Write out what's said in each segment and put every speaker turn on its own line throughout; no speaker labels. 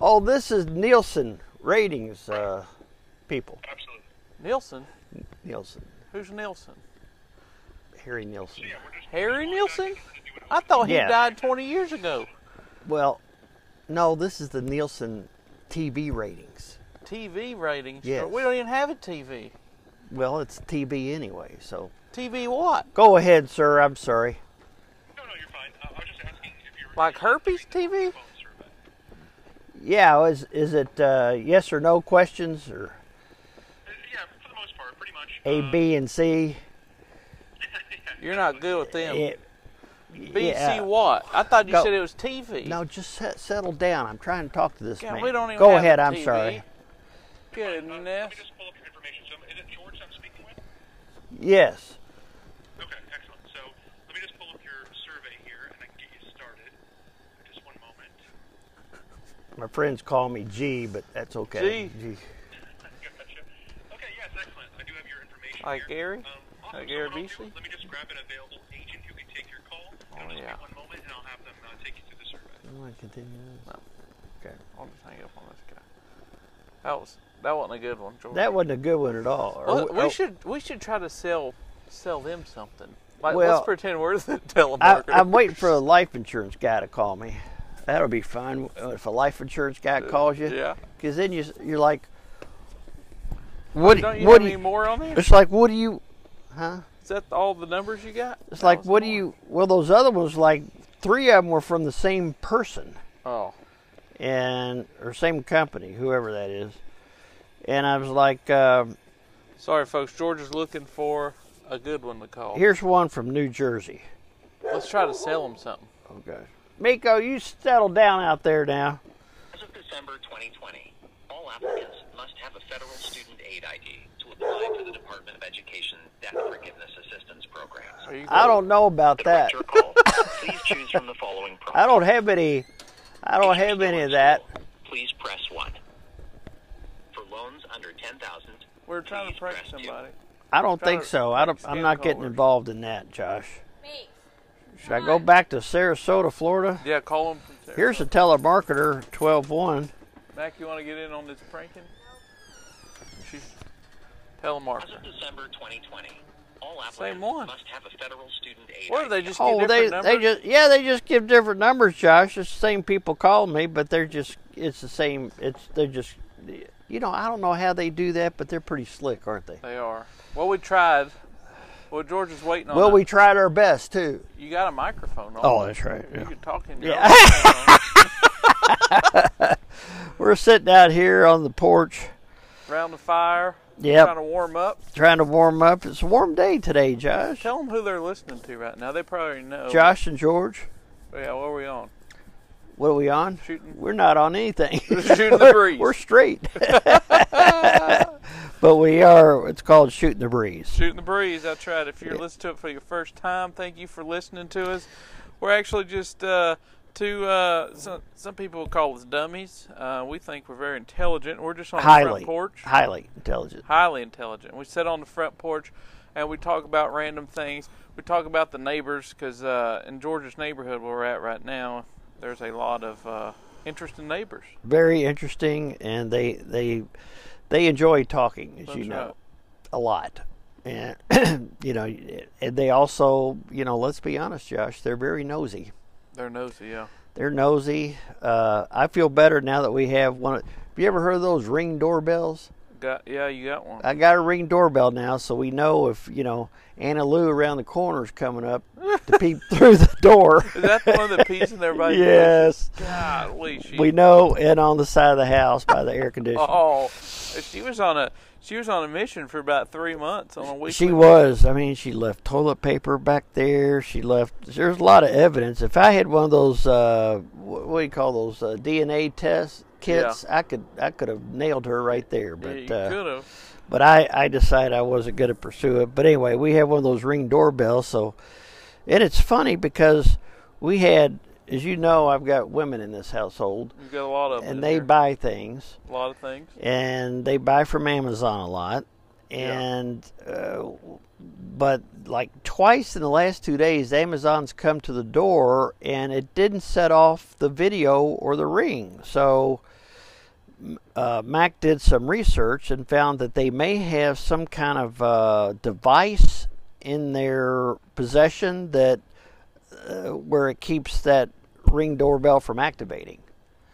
Oh, this is Nielsen ratings uh, people.
Absolutely.
Nielsen?
Nielsen,
Who's Nielsen?
Harry Nielsen.
Yeah, we're just
Harry Nielsen? I thought he
Yeah.
died 20 years ago.
Well, no, this is the Nielsen TV ratings.
TV ratings.
Yes.
We don't even have a TV.
Well, it's TV anyway, so
TV what?
go ahead, sir. I'm sorry.
No, no, you're fine. Uh, I was just asking if you were
Like herpes TV?
phone survey. Uh,
Yeah, is is it uh, yes or no questions or
Uh, Yeah, for the most part, pretty much.
A,
Uh,
B, and C?
You're not good with them.
It-
BC
yeah.
what? I thought you
Go.
said it was TV.
No, just set, settle down. I'm trying to talk to this
God,
man.
we don't even
Go
have
ahead.
a
I'm
TV.
sorry.
uh,
Goodness.
Let me just pull up your information. So, is it George I'm speaking with?
Yes.
Okay, excellent. So, let me just pull up your survey here, and I can get you started. Just one moment.
My friends call me G, but that's okay.
G.
Gotcha. Okay, yes, excellent. I do have your information
Like Gary?
here. Um,
Like
awesome. So
Gary
what I'll do-
Busey?
Let me just grab an available agent who can take your call.
Oh,
It'll just be
yeah.
One moment, and I'll have them uh, take you through the survey.
You wanna continue this?
No.
Okay.
I'll just hang up on this guy. That was that wasn't a good one, George.
That wasn't a good one at all. Or
Well,
w-
we
oh,
should we should try to sell sell them something. Like
Well,
let's pretend we're the
I,
telemarketer.
I'm waiting for a life insurance guy to call me. That'll be fun uh, if a life insurance guy calls you.
Uh, yeah.
Because then you, s- you're like, what?
Don't you
what
have
do
any more on there?
It's like, what do you? Huh?
Is that all the numbers you got?
It's
That
like,
was
what do
more.
you? Well, those other ones, like three of them were from the same person
Oh,
and or same company, whoever that is. And I was like, um,
sorry, folks. George is looking for a good one to call.
here's one from New Jersey.
Let's try to sell him something.
Okay. Miko, you settle down out there now.
As of December 2020, all applicants must have a federal student aid ID to apply for the Department of Education Debt Forgiveness Assistance Program.
Are you
I don't know about
To
that.
direct your call, please choose from the following prompts.
I don't have any. I don't have any of that.
Please press 1. For loans under 10000
We're trying to
please
prank
press two.
somebody.
I don't
Try
think
to
so. I don't,
fix
I'm
scam
not getting
callers.
involved in that, Josh.
Mace.
Should I go back to Sarasota, Florida?
Yeah, call him. From there.
Here's a telemarketer, 12-1.
Mac. You want to get in on this pranking? She's
As of
telemarketer.
December 2020, all
Same
applicants
one.
must have a federal student aid
What are
ID.
they just?
Oh,
get
they
different
they
numbers?
just yeah they just give different numbers, Josh. It's the same people call me, but they're just it's the same. It's they're just you know I don't know how they do that, but they're pretty slick, aren't they?
They are. Well, we tried. Well, George is waiting on.
Well,
us.
we tried our best too.
You got a microphone on.
Oh, that's right.
You
Yeah.
can talk in
Yeah. We're sitting out here on the porch
Around the fire.
Yep.
Trying to warm up.
trying to warm up. It's a warm day today, Josh.
Tell them who they're listening to right now. They probably know.
Josh and George,
Yeah, what are we on?
what are we on?
Shooting.
We're not on anything.
Shooting the breeze.
We're straight. but we are. It's called shooting the breeze.
Shooting the breeze. That's right. If you're listening to it for your first time, thank you for listening to us. We're actually just uh, two. Uh, some, some people call us dummies. Uh, we think we're very intelligent. We're just on the
Highly,
front porch.
highly intelligent.
highly intelligent. We sit on the front porch and we talk about random things. We talk about the neighbors because uh, in Georgia's neighborhood where we're at right now, there's a lot of uh, interesting neighbors.
very interesting, and they they they enjoy talking, as you
That's
know,
right.
a lot. And you know, and they also, you know, let's be honest, Josh, they're very nosy.
They're nosy, yeah.
They're nosy. Uh, I feel better now that we have one. Of, have you ever heard of those ring doorbells?
Got yeah, you got one.
I got a ring doorbell now, so we know if you know Anna Lou around the corner is coming up to peep through the door.
Is that the one that pees in everybody's
yes,
bushes? Golly, she.
we know, and on the side of the house by the air conditioner.
Oh, she was on a she was on a mission for about three months on a weekly.
She was. I mean, she left toilet paper back there. She left. There's a lot of evidence. If I had one of those, uh, wh- what do you call those uh, DNA test kits, I could I could have nailed her right there.
Yeah,
But
you
uh,
could have.
but I I decided I wasn't going to pursue it. But anyway, we have one of those ring doorbells. So, and it's funny because we had, as you know, I've got women in this household,
You got a lot of them in
and they
there.
buy things
a lot of things.
and they buy from Amazon a lot.
Yeah.
And uh, but like twice in the last two days, Amazon's come to the door and it didn't set off the video or the ring. So uh, Mac did some research and found that they may have some kind of uh, device in their possession that uh, where it keeps that ring doorbell from activating.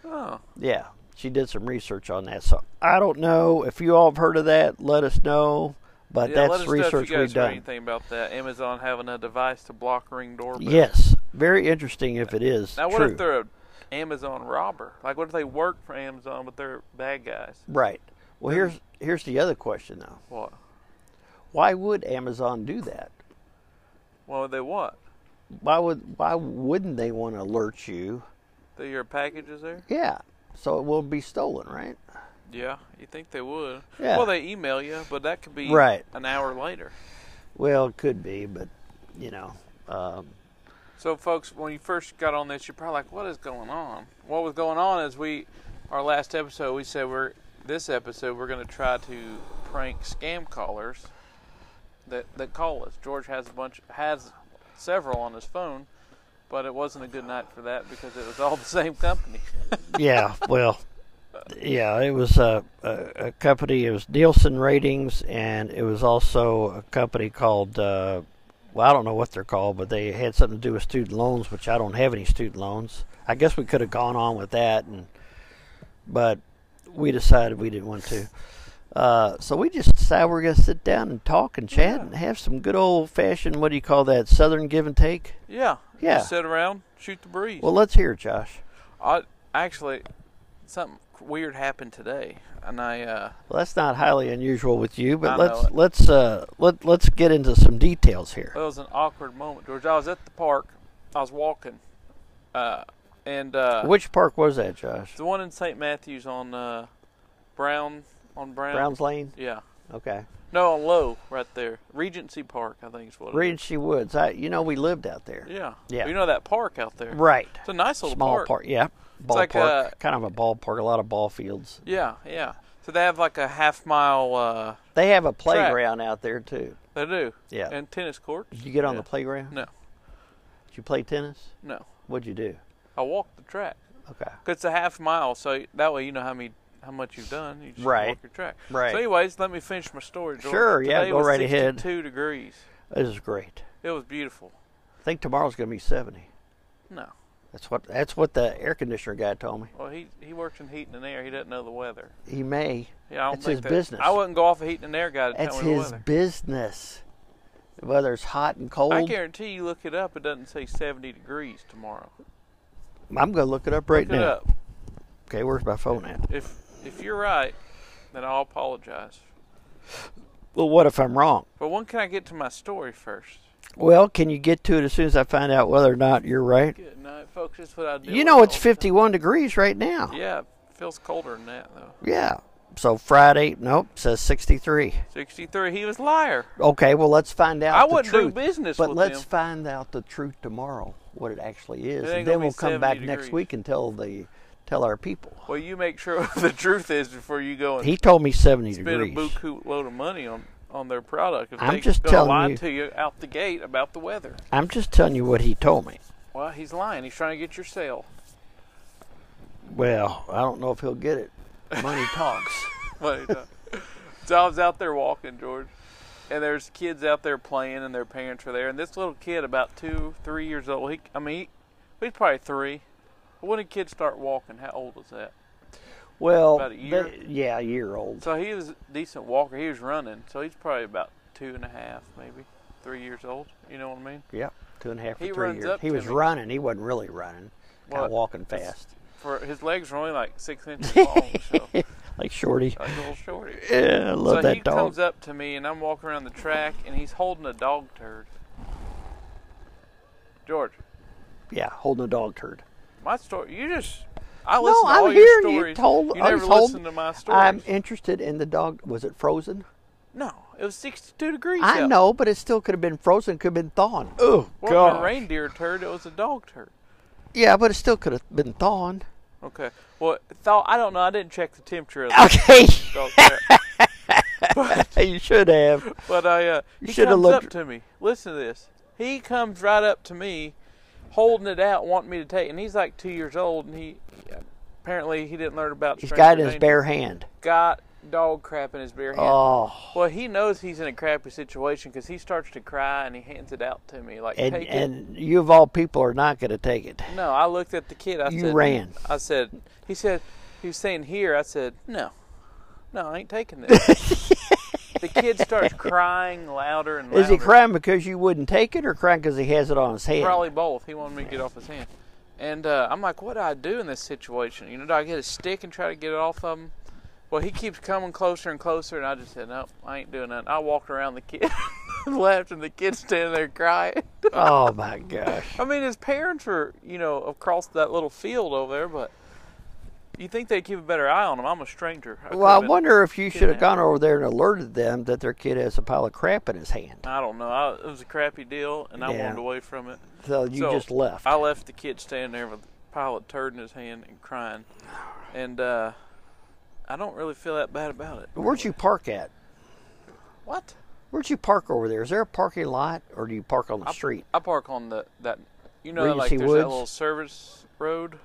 Oh,
Yeah, she did some research on that. So I don't know if you all have heard of that. Let us know. But
yeah.
that's
let us know if you
research
guys
we've
heard
done.
anything about that. Amazon having a device to block ring doorbells.
Yes, very interesting if it is
Now, what
true.
if they're a Amazon robber? Like, what if they work for Amazon but they're bad guys?
right. Well, here's here's the other question though.
What?
Why would Amazon do that?
What would they want?
Why would why wouldn't they want to alert you?
That your package is there?
Yeah. So it won't be stolen, right?
Yeah, you think they would?
Yeah.
Well, they email you, but that could be
Right.
an hour later.
Well, it could be, but you know, um,
So, folks, when you first got on this, you're probably like, "What is going on?" What was going on is we, our last episode, we said we're this episode we're going to try to prank scam callers that that call us. George has a bunch, has several on his phone, but it wasn't a good night for that because it was all the same company.
yeah, well, yeah, it was a, a, a company. It was Nielsen Ratings, and it was also a company called. Uh, well, I don't know what they're called, but they had something to do with student loans, which I don't have any student loans. I guess we could have gone on with that, and but we decided we didn't want to. Uh, so we just decided we're gonna sit down and talk and chat and have some good old fashioned what do you call that Southern give and take.
yeah.
Yeah.
Just sit around, shoot the breeze.
Well, let's hear, it, Josh.
I, actually, something weird happened today, and I. Uh,
Well, that's not highly unusual with you, but
I know
let's
it.
let's uh, let let's get into some details here.
It was an awkward moment, George. I was at the park. I was walking, uh, and uh,
Which park was that, Josh?
the one in St. Matthews on uh, Brown on Brown.
Browns Lane.
Yeah.
Okay,
No, on Low, right there. Regency Park, I think is what. it
Regency Woods. I you know we lived out there.
is. Yeah.
Yeah.
You know that park out there.
Right.
It's a nice little
Small
park.
park. Yeah. Ballpark.
like a-
kind of a ballpark. A lot of ball fields.
Yeah, yeah. So they have like a half mile. Uh,
They have a playground out there too.
they do.
Yeah.
And tennis courts.
Did you get on
Yeah.
the playground?
No,
Did you play tennis?
no.
What'd you do?
I walked the track.
Okay.
It's a half mile, so that way you know how many how much you've done. You just
Right.
walk your track.
Right.
So, anyways, let me finish my story, George.
Sure, yeah,
Today
go
was
right ahead.
62 degrees.
This is great.
It was beautiful.
I think tomorrow's gonna be seventy.
No.
That's what that's what the air conditioner guy told me.
Well, he he works in heat and air. He doesn't know the weather.
He may.
Yeah, I don't
That's
think
his
that-
business.
I wouldn't go off a heat and air guy to
That's
tell me the
his
weather.
business. Whether it's hot and cold,
I guarantee you, look it up. It doesn't say 70 degrees tomorrow.
I'm gonna look it up right
Look
now.
it up.
Okay, where's my phone at?
If if you're right, then I'll apologize.
Well, what if I'm wrong?
But when can I get to my story first?
Well, can you get to it as soon as I find out whether or not you're right?
Good night, folks. That's what I do.
You know it's
fifty.
51 degrees right now.
Yeah, it feels colder than that though.
Yeah. So Friday, nope, says 63.
63. He was a liar.
Okay, well let's find out.
I
the
wouldn't do
truth.
business
but
with
let's
him.
find out the truth tomorrow, what it actually is,
It ain't
and
gonna
then
be
we'll come back
70
next
degrees.
week and tell the tell our people.
Well, you make sure what the truth is before you go and
He told me 70
spend a
degrees.
buku load of money on on their product. If
I'm
they
just
gonna
telling
lie
you.
to you out the gate about the weather.
I'm just telling you what he told me.
Well, he's lying. He's trying to get your sale.
Well, I don't know if he'll get it. Money talks.
But, uh, so I was out there walking, George, and there's kids out there playing, and their parents are there. And this little kid, about two, three years old. He, I mean, he, he's probably three. When did kids start walking? How old was that?
Well,
About a year?
they- yeah, a year old.
So he was a decent walker. He was running. So he's probably about two and a half, maybe three years old. You know what I mean?
Yep, two and a half or
He
three
runs
years.
up
he
to
was
me.
running. He wasn't really running. Kind
Well,
of walking
it's-
fast,
For his legs are only like six inches long, so like
like Shorty.
a little shorty.
Yeah, I love
so
that
he
dog.
comes up to me, and I'm walking around the track, and he's holding a dog turd. George,
yeah, holding a dog turd.
my story. You just I
No,
listen to all
I'm
your
hearing
stories.
you told.
you
I'm
never
told-
listen to my stories.
I'm interested in the dog. Was it frozen?
no, it was 62 degrees.
I
out.
know, but it still could have been frozen. Could have been thawed. Oh
It wasn't a
God.
reindeer turd. It was a dog turd.
Yeah, but it still could have been thawed.
Okay. Well, thought I don't know. I didn't check the temperature of the
Okay,
dog turd.
you should have.
But I, uh,
You
he
shoulda
comes
looked-
up to me. Listen to this. He comes right up to me, holding it out, wanting me to take. And he's like two years old, and he, apparently he didn't learn about.
He's got it
stranger
in his
danger.
bare hand.
Got dog crap in his bare hand.
Oh,
Well, he knows he's in a crappy situation because he starts to cry and he hands it out to me like,
and
"Take it."
and you of all people are not going to take it.
No, I looked at the kid. I
You
said,
ran.
I said, he said, he was saying here. I said, no, no, I ain't taking this. the kid starts crying louder and louder.
Is he crying because you wouldn't take it, or crying because he has it on his head?
Probably both. He wanted me to get off his hand. And uh, I'm like, what do I do in this situation? You know, do I get a stick and try to get it off of him? Well, he keeps coming closer and closer, and I just said, nope, I ain't doing nothing. I walked around the kid and left, and the kid's standing there crying.
Oh my gosh!
I mean, his parents were, you know, across that little field over there, but you think they'd keep a better eye on him. I'm a stranger. I
Well, I
could've been-
wonder if you should have
kidnapped.
gone over there and alerted them that their kid has a pile of crap in his hand.
I don't know. I, it was a crappy deal, and I
Yeah.
wanted away from it.
So you
So,
just left.
I left the kid standing there with a pile of turd in his hand and crying. And uh, I don't really feel that bad about it.
Where'd you park at?
What?
Where'd you park over there? Is there a parking lot, or do you park on the street?
I park on the that you know
Regency
like there's
Woods?
that little service road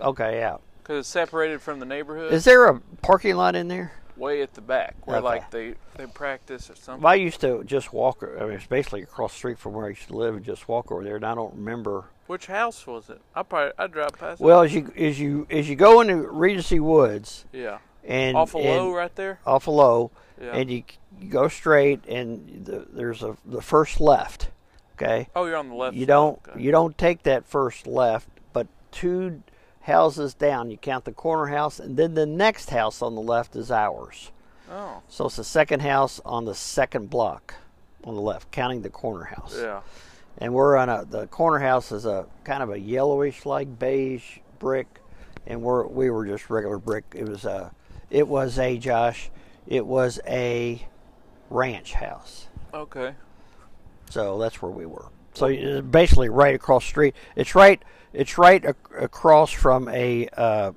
Okay, yeah.
because it's separated from the neighborhood
Is there a parking lot in there?
way at the back where
Okay.
like they they practice or something.
Well, I used to just walk. I mean, it's basically across the street from where I used to live, and just walk over there. And I don't remember.
Which house was it? I probably I drive past. it.
Well, as you as you as you go into Regency Woods
yeah,
and
off a
and-
low right there.
off a low,
Yeah.
and you, you go straight, and the, there's a the first left. Okay,
Oh, you're on the left.
you
side,
don't
okay.
you don't take that first left, but two houses down, you count the corner house, and then the next house on the left is ours.
Oh,
So it's the second house on the second block on the left, counting the corner house.
yeah.
And we're on a the corner house is a kind of a yellowish like beige brick and we're we were just regular brick. It was a it was a Josh, it was a ranch house.
Okay.
So that's where we were. So it's basically right across the street. It's right. It's right ac- across from a uh,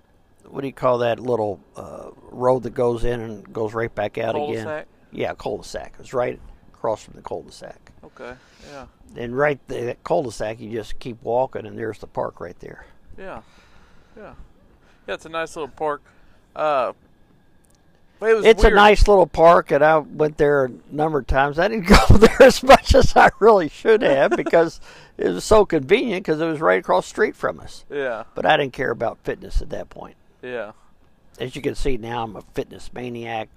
what do you call that little uh, road that goes in and goes right back out again?
Cul-de-sac?
Yeah, cul-de-sac. It's right across from the cul-de-sac.
Okay. Yeah.
And right there, that cul-de-sac, you just keep walking, and there's the park right there.
Yeah. Yeah. Yeah, it's a nice little park. Uh, but it was
It's
weird.
a nice little park, and I went there a number of times. I didn't go there as much as I really should have because it was so convenient because it was right across the street from us.
Yeah.
but I didn't care about fitness at that point.
Yeah.
As you can see now, I'm a fitness maniac.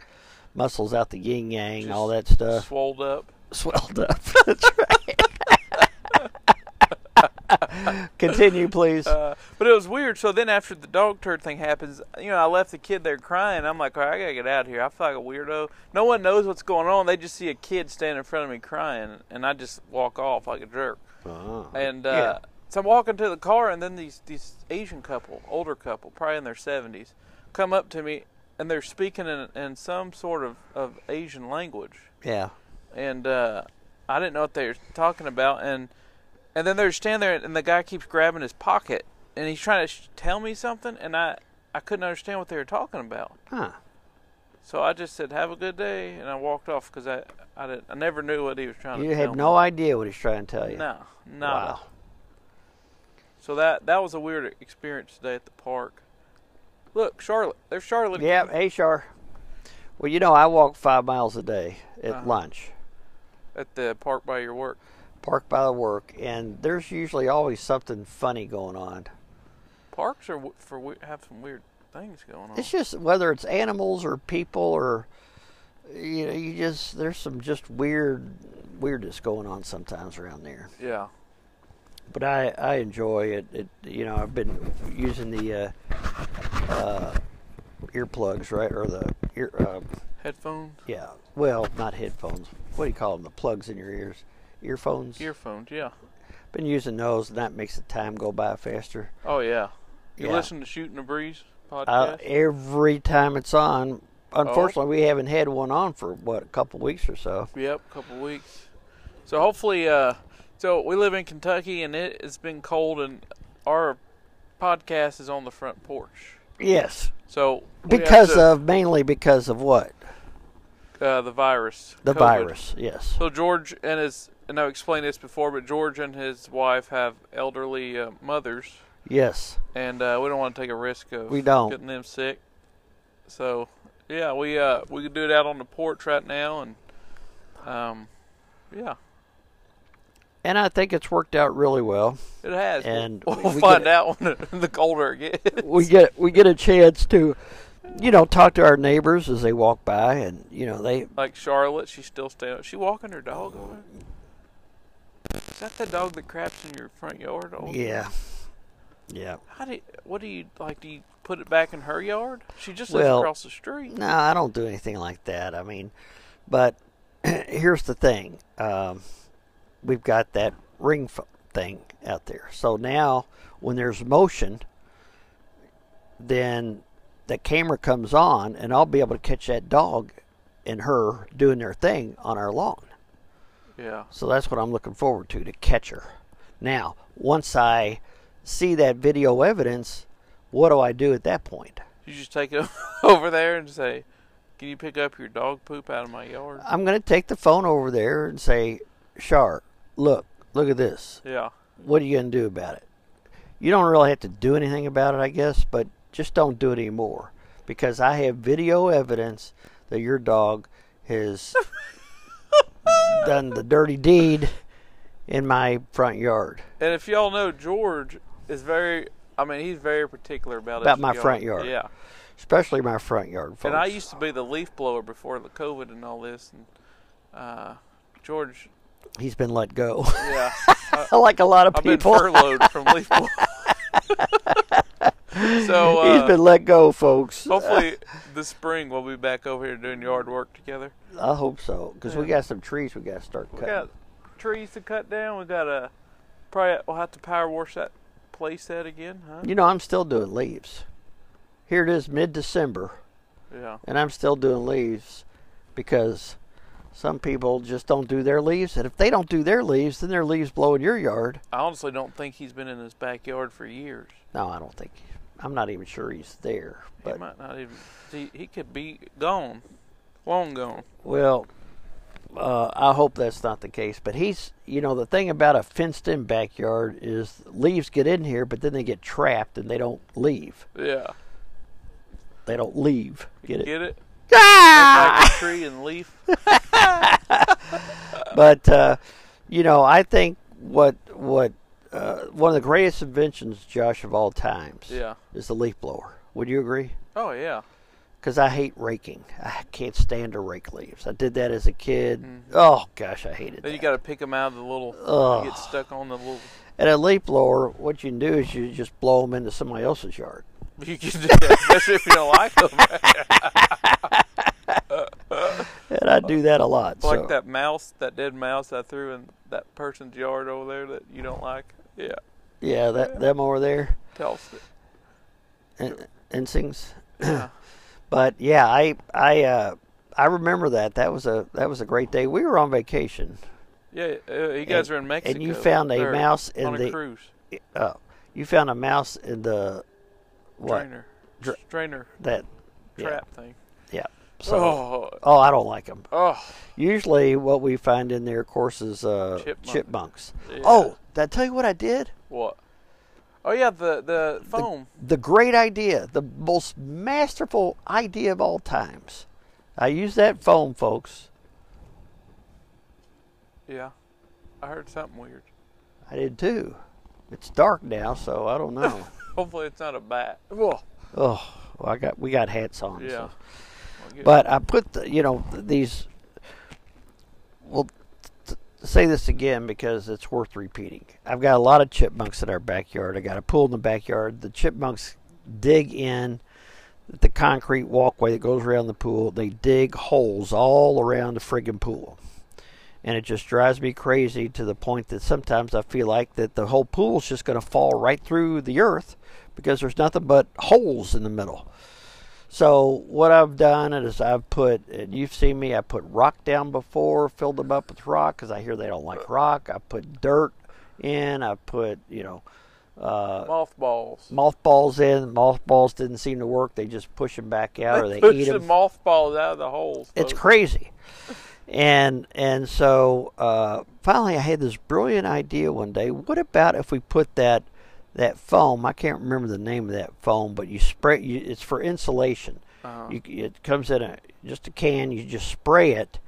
Muscles out the yin yang, all that
Just
stuff
Swolled up.
swelled up. That's right. Continue, please.
Uh, but it was weird. So then after the dog turd thing happens, you know, I left the kid there crying. I'm like, all right, I gotta get out of here. I feel like a weirdo. No one knows what's going on. They just see a kid standing in front of me crying, and I just walk off like a jerk.
Oh,
And uh,
Yeah.
so I'm walking to the car, and then these these Asian couple, older couple, probably in their 70s, come up to me, and they're speaking in, in some sort of, of Asian language
yeah.
and uh, I didn't know what they were talking about. And and then they're standing there, and the guy keeps grabbing his pocket, and he's trying to sh- tell me something, and I I couldn't understand what they were talking about.
Huh.
So I just said, "Have a good day," and I walked off because I I, didn't, I never knew what he was trying
You
to.
had
tell
no idea what he's trying to tell
Me.
you.
No, no.
Wow.
So that that was a weird experience today at the park. Look, Charlotte. There's Charlotte.
Yeah, HR. Well, you know, I walk five miles a day at lunch.
At the park by your work.
Park by the work, and there's usually always something funny going on.
Parks are w- for we- have some weird things going on.
It's just whether it's animals or people or you know, you just there's some just weird weirdness going on sometimes around there.
Yeah.
But I I enjoy it. it you know, I've been using the uh, uh, earplugs, right, or the ear. Uh,
Headphones.
yeah, well, not headphones. What do you call them? The plugs in your ears, earphones.
Earphones. Yeah.
Been using those, and that makes the time go by faster.
Oh yeah. You
Yeah.
listen to Shooting the Breeze
Uh,
podcast?
every time it's on. Unfortunately,
Oh.
we haven't had one on for what a couple weeks or so.
yep, couple weeks. So hopefully, uh, so we live in Kentucky and it has been cold, and our podcast is on the front porch.
Yes,
So we have
because
to-
of mainly because of what
uh, the virus,
the
COVID.
virus. Yes.
So George and his and I've explained this before, but George and his wife have elderly uh, mothers.
Yes.
and uh, we don't want to take a risk of
We don't.
getting them sick. So, yeah, we uh, we could do it out on the porch right now, and um, yeah,
And I think it's worked out really well.
it has. We'll-
And
we'll,
we
find
could-
out when the colder it gets.
We get we get a chance to, you know, talk to our neighbors as they walk by, and you know they
Like Charlotte, she's still staying. Is she walking her dog over? there? Is that the dog that craps in your front yard? Over there?
yeah, yeah.
How do? You, what do you like? Do you put it back in her yard? She just
Well,
lives across the street.
No, I don't do anything like that. I mean, but here's the thing: um, we've got that ring ph- thing out there. So now, when there's motion, then the camera comes on, and I'll be able to catch that dog and her doing their thing on our lawn.
Yeah.
So that's what I'm looking forward to to catch her. Now, once I see that video evidence, what do I do at that point?
You just take it over there and say, "Can you pick up your dog poop out of my yard?"
I'm going to take the phone over there and say, Shar, look, look at this.
Yeah.
What are you going to do about it? You don't really have to do anything about it, I guess, but just don't do it anymore because I have video evidence that your dog has done the dirty deed in my front yard.
And if y'all know, George is very. I mean, he's very particular about
About
his
my front yard,
Yeah.
Especially my front yard, folks.
And I used to be the leaf blower before the COVID and all this, and uh, George.
He's been let go,
Yeah. I,
like a lot of
Uh, I've been
people.
furloughed from leaf blower. so uh, Oh.
He's been let go, folks.
hopefully this spring we'll be back over here doing yard work together.
I hope so, because we got some trees we got to start
We
cutting.
got trees to cut down. We got a probably we'll have to power wash that place that again, huh?
You know, I'm still doing leaves. Here it is mid December,
Yeah.
and I'm still doing leaves because some people just don't do their leaves. And if they don't do their leaves, then their leaves blow in your yard.
I honestly don't think he's been in his backyard for years.
No, I don't think, I'm not even sure he's there.
he
But,
might not even. He, he could be gone, long gone.
well, uh, I hope that's not the case. But he's, you know, the thing about a fenced in backyard is leaves get in here, but then they get trapped and they don't leave.
Yeah.
They don't leave. Get it?
Get it?
Ah!
Like a tree and leaf.
but uh, you know, I think what what uh, one of the greatest inventions, Josh, of all times,
Yeah.
is the leaf blower. Would you agree?
Oh yeah.
Because I hate raking. I can't stand to rake leaves. I did that as a kid. Oh gosh, I hated
Then Mm-hmm. you
that.
got to pick him out of the little.
Ugh.
Get stuck on the little.
And a leaf blower, what you can do is you just blow them into somebody else's yard.
You can do that, especially if you don't like them.
And I do that a lot. so.
like that mouse, that dead mouse I threw in that person's yard over there that you don't like. Yeah.
Yeah, that them over there.
Tossed it.
and, and sings.
Yeah.
but yeah, I I uh, I remember that. That was a that was a great day. We were on vacation.
Yeah. Uh, you guys
And-
are in Mexico.
and you found a
or
mouse in
on a
the-
cruise.
Uh, you found a mouse in the what
Strainer. Strainer
that yeah,
trap thing.
Yeah. So oh.
oh.
I don't like them.
Oh.
Usually, what we find in there, of course, is uh,
Chipmunks.
chipmunks.
Yeah.
Oh, did I tell you what I did?
What? Oh yeah, the the foam.
the great idea, the most masterful idea of all times. I used that foam, folks.
yeah. I heard something weird.
I did too. It's dark now, so I don't know.
Hopefully it's not a bat. Whoa.
Oh, well, I got we got hats on.
Yeah.
So.
Well, good.
But I put the you know th- these. Well, t- t- say this again because it's worth repeating. I've got a lot of chipmunks in our backyard. I got a pool in the backyard. The chipmunks dig in the concrete walkway that goes around the pool. They dig holes all around the friggin' pool. And it just drives me crazy to the point that sometimes I feel like that the whole pool's just going to fall right through the earth because there's nothing but holes in the middle. So what I've done is I've put, and you've seen me, I put rock down before, filled them up with rock because I hear they don't like rock. I put dirt in. I put, you know, uh,
mothballs.
mothballs in. Mothballs didn't seem to work. They just push them back out or they
Push
eat
the
them.
mothballs out of the holes.
it's
folks.
crazy. And and so uh, finally, I had this brilliant idea one day. What about if we put that that foam. I can't remember the name of that foam, but you spray. You, it's for insulation.
Uh-huh.
You, it comes in a just a can. You just spray it,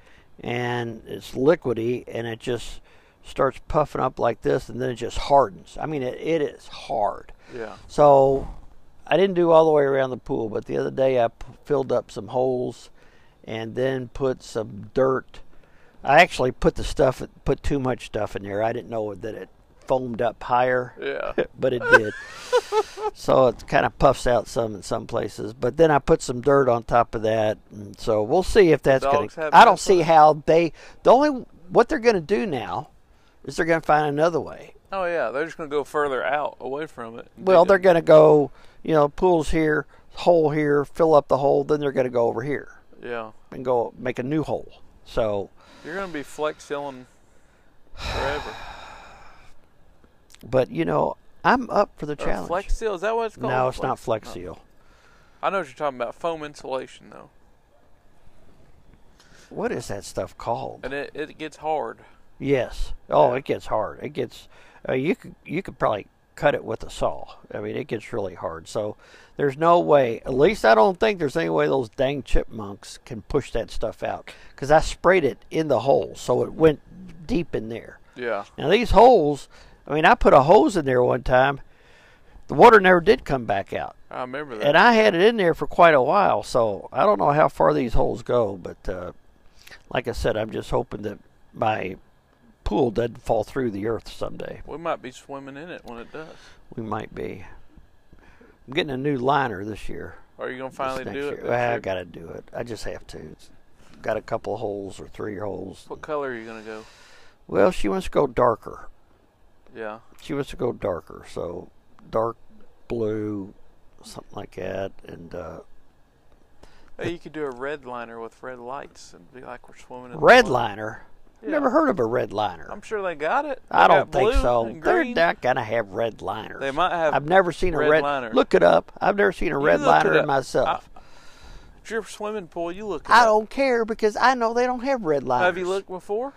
and it's liquidy, and it just starts puffing up like this, and then it just hardens. I mean, it, it is hard.
Yeah.
So I didn't do all the way around the pool, but the other day I p- filled up some holes and then put some dirt. I actually put the stuff, put too much stuff in there. I didn't know that it foamed up higher,
Yeah.
but it did. so it kind of puffs out some in some places. But then I put some dirt on top of that, and so we'll see if that's going.
Dogs
to
have
I don't
that
see
fun.
how they. The only what they're going to do now is they're going to find another way.
Oh yeah, they're just gonna go further out away from it.
Well, they're going to go, you know, pools here, hole here, fill up the hole, then they're going to go over here
yeah.
and go make a new hole. So,
You're gonna be flex sealing forever.
but you know, I'm up for the
Or
challenge.
Flex seal is that what it's called?
no, it's not flex seal.
I know what you're talking about. Foam insulation though,
What is that stuff called?
and it it gets hard.
Yes. Oh, it gets hard. It gets. Uh, you could you could probably cut it with a saw. I mean, it gets really hard. So there's no way. At least I don't think there's any way those dang chipmunks can push that stuff out. Because I sprayed it in the hole, so it went deep in there.
Yeah.
Now these holes, I mean, I put a hose in there one time. The water never did come back out,
I remember that.
and I had it in there for quite a while. So I don't know how far these holes go, but uh, like I said, I'm just hoping that my pool doesn't fall through the earth someday.
we might be swimming in it when it does.
We might be. I'm getting a new liner this year.
Are you gonna
this
finally
next
do
year.
it? this
Well, I
year?
gotta do it. I just have to. It's got a couple of holes or three holes.
What color are you gonna go?
Well, she wants to go darker.
Yeah.
she wants to go darker, so dark blue, something like that, and uh,
Hey, you could do a red liner with red lights and be like we're swimming in the
red
water.
liner.
Yeah.
Never heard of a red liner.
I'm sure they got it. They
I don't
got
think
blue
so.
and
They're
green.
not gonna have red liners.
They might have
I've never seen a
red
red
liner.
Look it up. I've never seen a
You
red
look
liner
it
in
up.
myself.
I- It's your swimming pool. You look. it
I,
up.
don't care because I know they don't have red liners.
Have you looked before?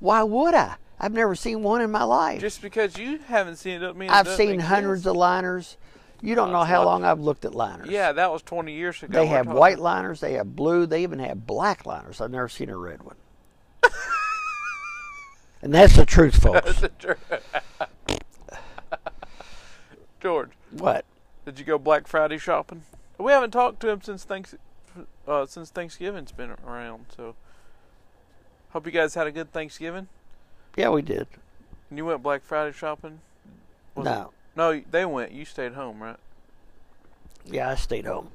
Why would I? I've never seen one in my life.
Just because you haven't seen it doesn't mean it
I've
doesn't
seen
exist.
hundreds of liners. You don't know
it's
how
not-
long I've looked at liners.
Yeah, that was 20 years ago.
They
We're
have
talking-
white liners, they have blue, they even have black liners. I've never seen a red one. and that's the truth, folks.
George,
what?
did you go Black Friday shopping? We haven't talked to him since thanks, uh, since Thanksgiving's been around. So, hope you guys had a good Thanksgiving.
Yeah, we did.
And you went Black Friday shopping? Was
no.
it- No, they went. You stayed home, right?
Yeah, I stayed home.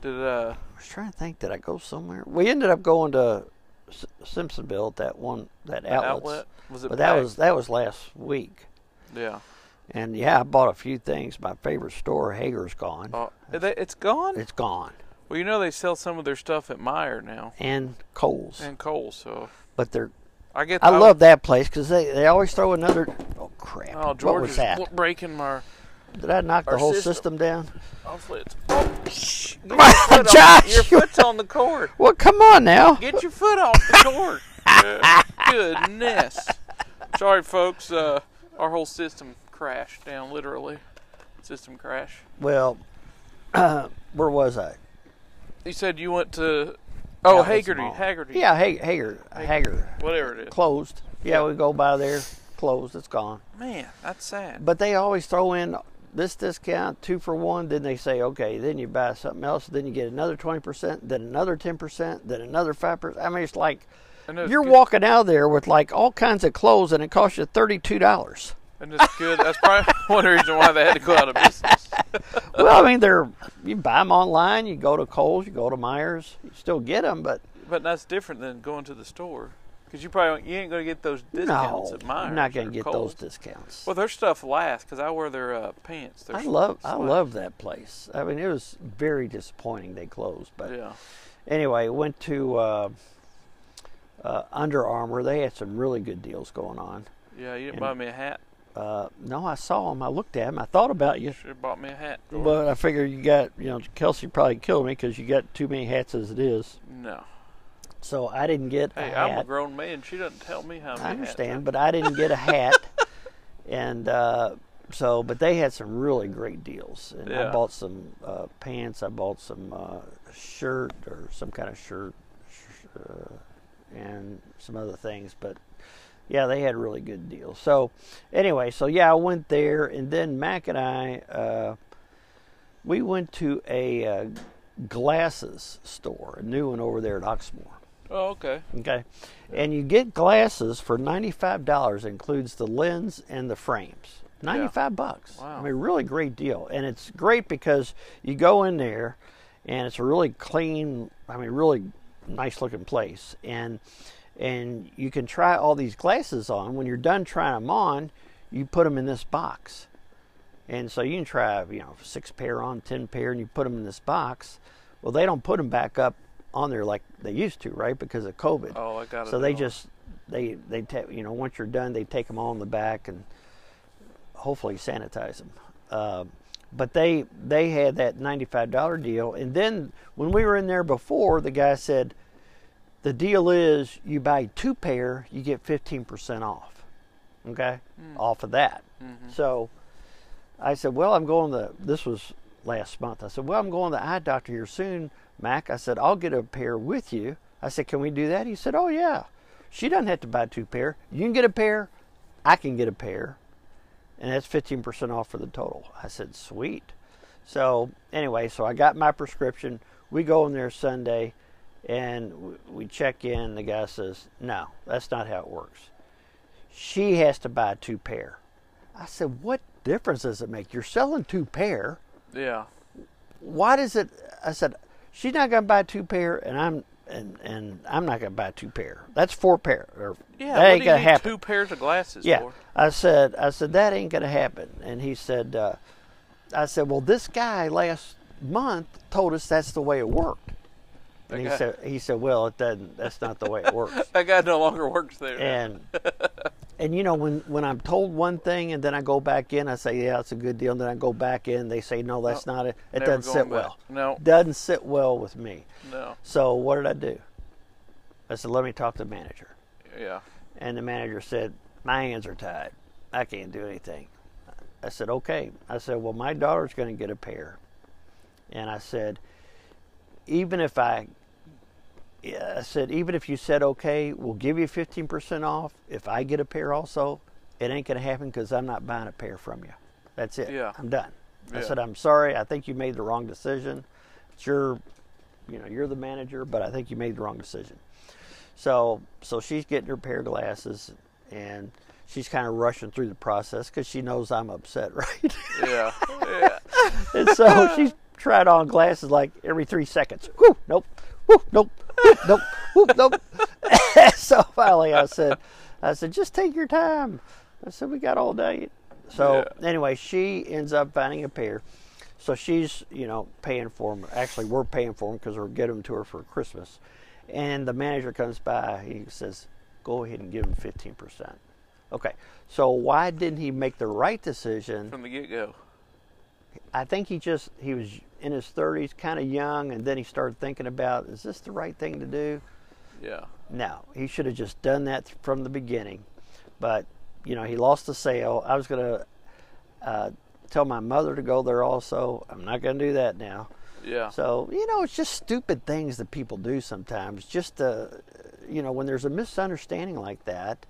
Did uh,
I was trying to think, did I go somewhere? We ended up going to S- Simpsonville at that one that
the
outlets.
outlet was it?
But that
packed?
was that was last week.
yeah.
And yeah, I bought a few things. My favorite store, Hager's gone.
Uh, they, it's gone.
It's gone.
well, you know they sell some of their stuff at Meyer now
And Kohl's.
and Cole. So
but they're
I get.
I love that place because they, they always throw another. Oh crap!
Oh, George
what was
is
that?
bl- breaking my.
Did I knock the
our
whole
system.
system, down?
Hopefully it's. Oh, shh. Get your
Right,
foot on-
Josh,
your
you-
foot's on the cord.
Well, come on now.
Get your foot off the cord. Goodness. Sorry, folks. Uh, our whole system crashed down. Literally, system crash.
Well, where was I?
You said you went to. Oh,
Outlets
Haggerty.
Mall.
Haggerty.
Yeah, Hager, Hager, Hager,
Whatever it is.
closed. Yeah, we go by there, closed. It's gone.
Man, that's sad.
But they always throw in this discount, two for one. Then they say, okay, then you buy something else. Then you get another twenty percent. Then another ten percent. Then another five percent. I mean, it's like
And it's
you're
good-
walking out of there with like all kinds of clothes, and it costs you thirty-two dollars.
And it's good. That's probably one reason why they had to go out of business.
well, I mean, they're you buy them online. You go to Kohl's, you go to Myers, you still get them, but
But that's different than going to the store. Because you probably you ain't going to get those discounts
no,
at Myers.
I'm not going
or
to get
Kohl's.
those discounts.
Well, their stuff lasts because I wear their uh, pants. Their
I love, I
slacks.
love that place. I mean, it was very disappointing they closed, but
Yeah.
anyway, went to uh, uh, Under Armour. They had some really good deals going on.
Yeah, you didn't
And-
buy me a hat.
Uh, no, I saw them. I looked at them. I thought about you.
Should have bought me a hat. George.
But I figure you got, you know, Kelsey probably killed me because you got too many hats as it is.
no.
So I didn't get a
Hey,
hat.
I'm a grown man. She doesn't tell me how many
I
hats
understand, but I didn't get a hat, and uh, So, but they had some really great deals, and I
Yeah.
bought some uh, pants. I bought some uh, shirt or some kind of shirt, sh- uh, and some other things. But yeah, they had really good deals. So, anyway, so yeah, I went there, and then Mac and I, uh, we went to a uh, glasses store, a new one over there at Oxmoor.
Oh, okay.
Okay. And you get glasses for $95 includes the lens and the frames. 95 bucks. I
Wow.
mean really great deal. And it's great because you go in there and it's a really clean, I mean really nice looking place and and you can try all these glasses on. When you're done trying them on, you put them in this box. And so you can try, you know, six pair on, ten pair, and you put them in this box. Well, they don't put them back up on there like they used to, right? Because of COVID.
Oh, I got it
So they
now.
just they they take you know once you're done, they take them all in the back and hopefully sanitize them. Um but they they had that ninety five dollar deal, and then when we were in there before, the guy said, "The deal is you buy two pair, you get fifteen percent off." Okay, off of that. So I said, "Well, I'm going to." This was last month. I said, "Well, I'm going to the eye doctor here soon, Mac." I said, "I'll get a pair with you." I said, "Can we do that?" He said, "Oh yeah." She doesn't have to buy two pair. You can get a pair. I can get a pair, and that's fifteen percent off for the total. I said, "Sweet." So anyway, so I got my prescription. We go in there Sunday, and w- we check in. The guy says, "No, that's not how it works. She has to buy two pair." I said, "What difference does it make? You're selling two pair.
Yeah.
Why does it?" I said, "She's not going to buy two pair, and I'm and and I'm not going to buy two pair. That's four pair. Or
Yeah.
that
what
ain't
do you
going to
need
happen."
two pairs of glasses
yeah,
for?
I said, I said that ain't going to happen. And he said, uh, I said, "Well, this guy last month told us that's the way it worked." And he
Okay.
said, "He said, well, it doesn't. That's not the way it works."
That guy no longer works there.
and and you know when when I'm told one thing and then I go back in, I say yeah, it's a good deal. And then I go back in, they say no, that's not it. It
never
doesn't sit
going
well.
back. No.
doesn't sit well with me.
No.
So what did I do? I said let me talk to the manager,
Yeah.
and the manager said my hands are tied. I can't do anything. I said okay. I said well my daughter's going to get a pair, and I said even if I yeah, I said, even if you said, okay, we'll give you 15% off if I get a pair also, it ain't going to happen because I'm not buying a pair from you. That's it.
Yeah.
I'm done. I
Yeah.
said, I'm sorry. I think you made the wrong decision. It's your, you know, you're the manager, but I think you made the wrong decision. So, so she's getting her pair of glasses and she's kind of rushing through the process because she knows I'm upset, right?
Yeah. yeah.
And so she's tried on glasses like every three seconds. Whoo, nope, whoo, nope, whoo, nope, whoo, nope. so finally I said, I said, just take your time. I said, we got all day. So anyway, she ends up finding a pair. So she's, you know, paying for them. Actually, we're paying for them because we're getting them to her for Christmas. And the manager comes by. He says, go ahead and give them 15%. Okay. So why didn't he make the right decision?
From the get go.
I think he just he was in his 30s, kind of young, and then he started thinking about is this the right thing to do?
Yeah.
No, he should have just done that from the beginning. But you know, he lost the sale. I was gonna uh, tell my mother to go there also. I'm not gonna do that now.
Yeah.
So you know, it's just stupid things that people do sometimes. Just uh, you know, when there's a misunderstanding like that,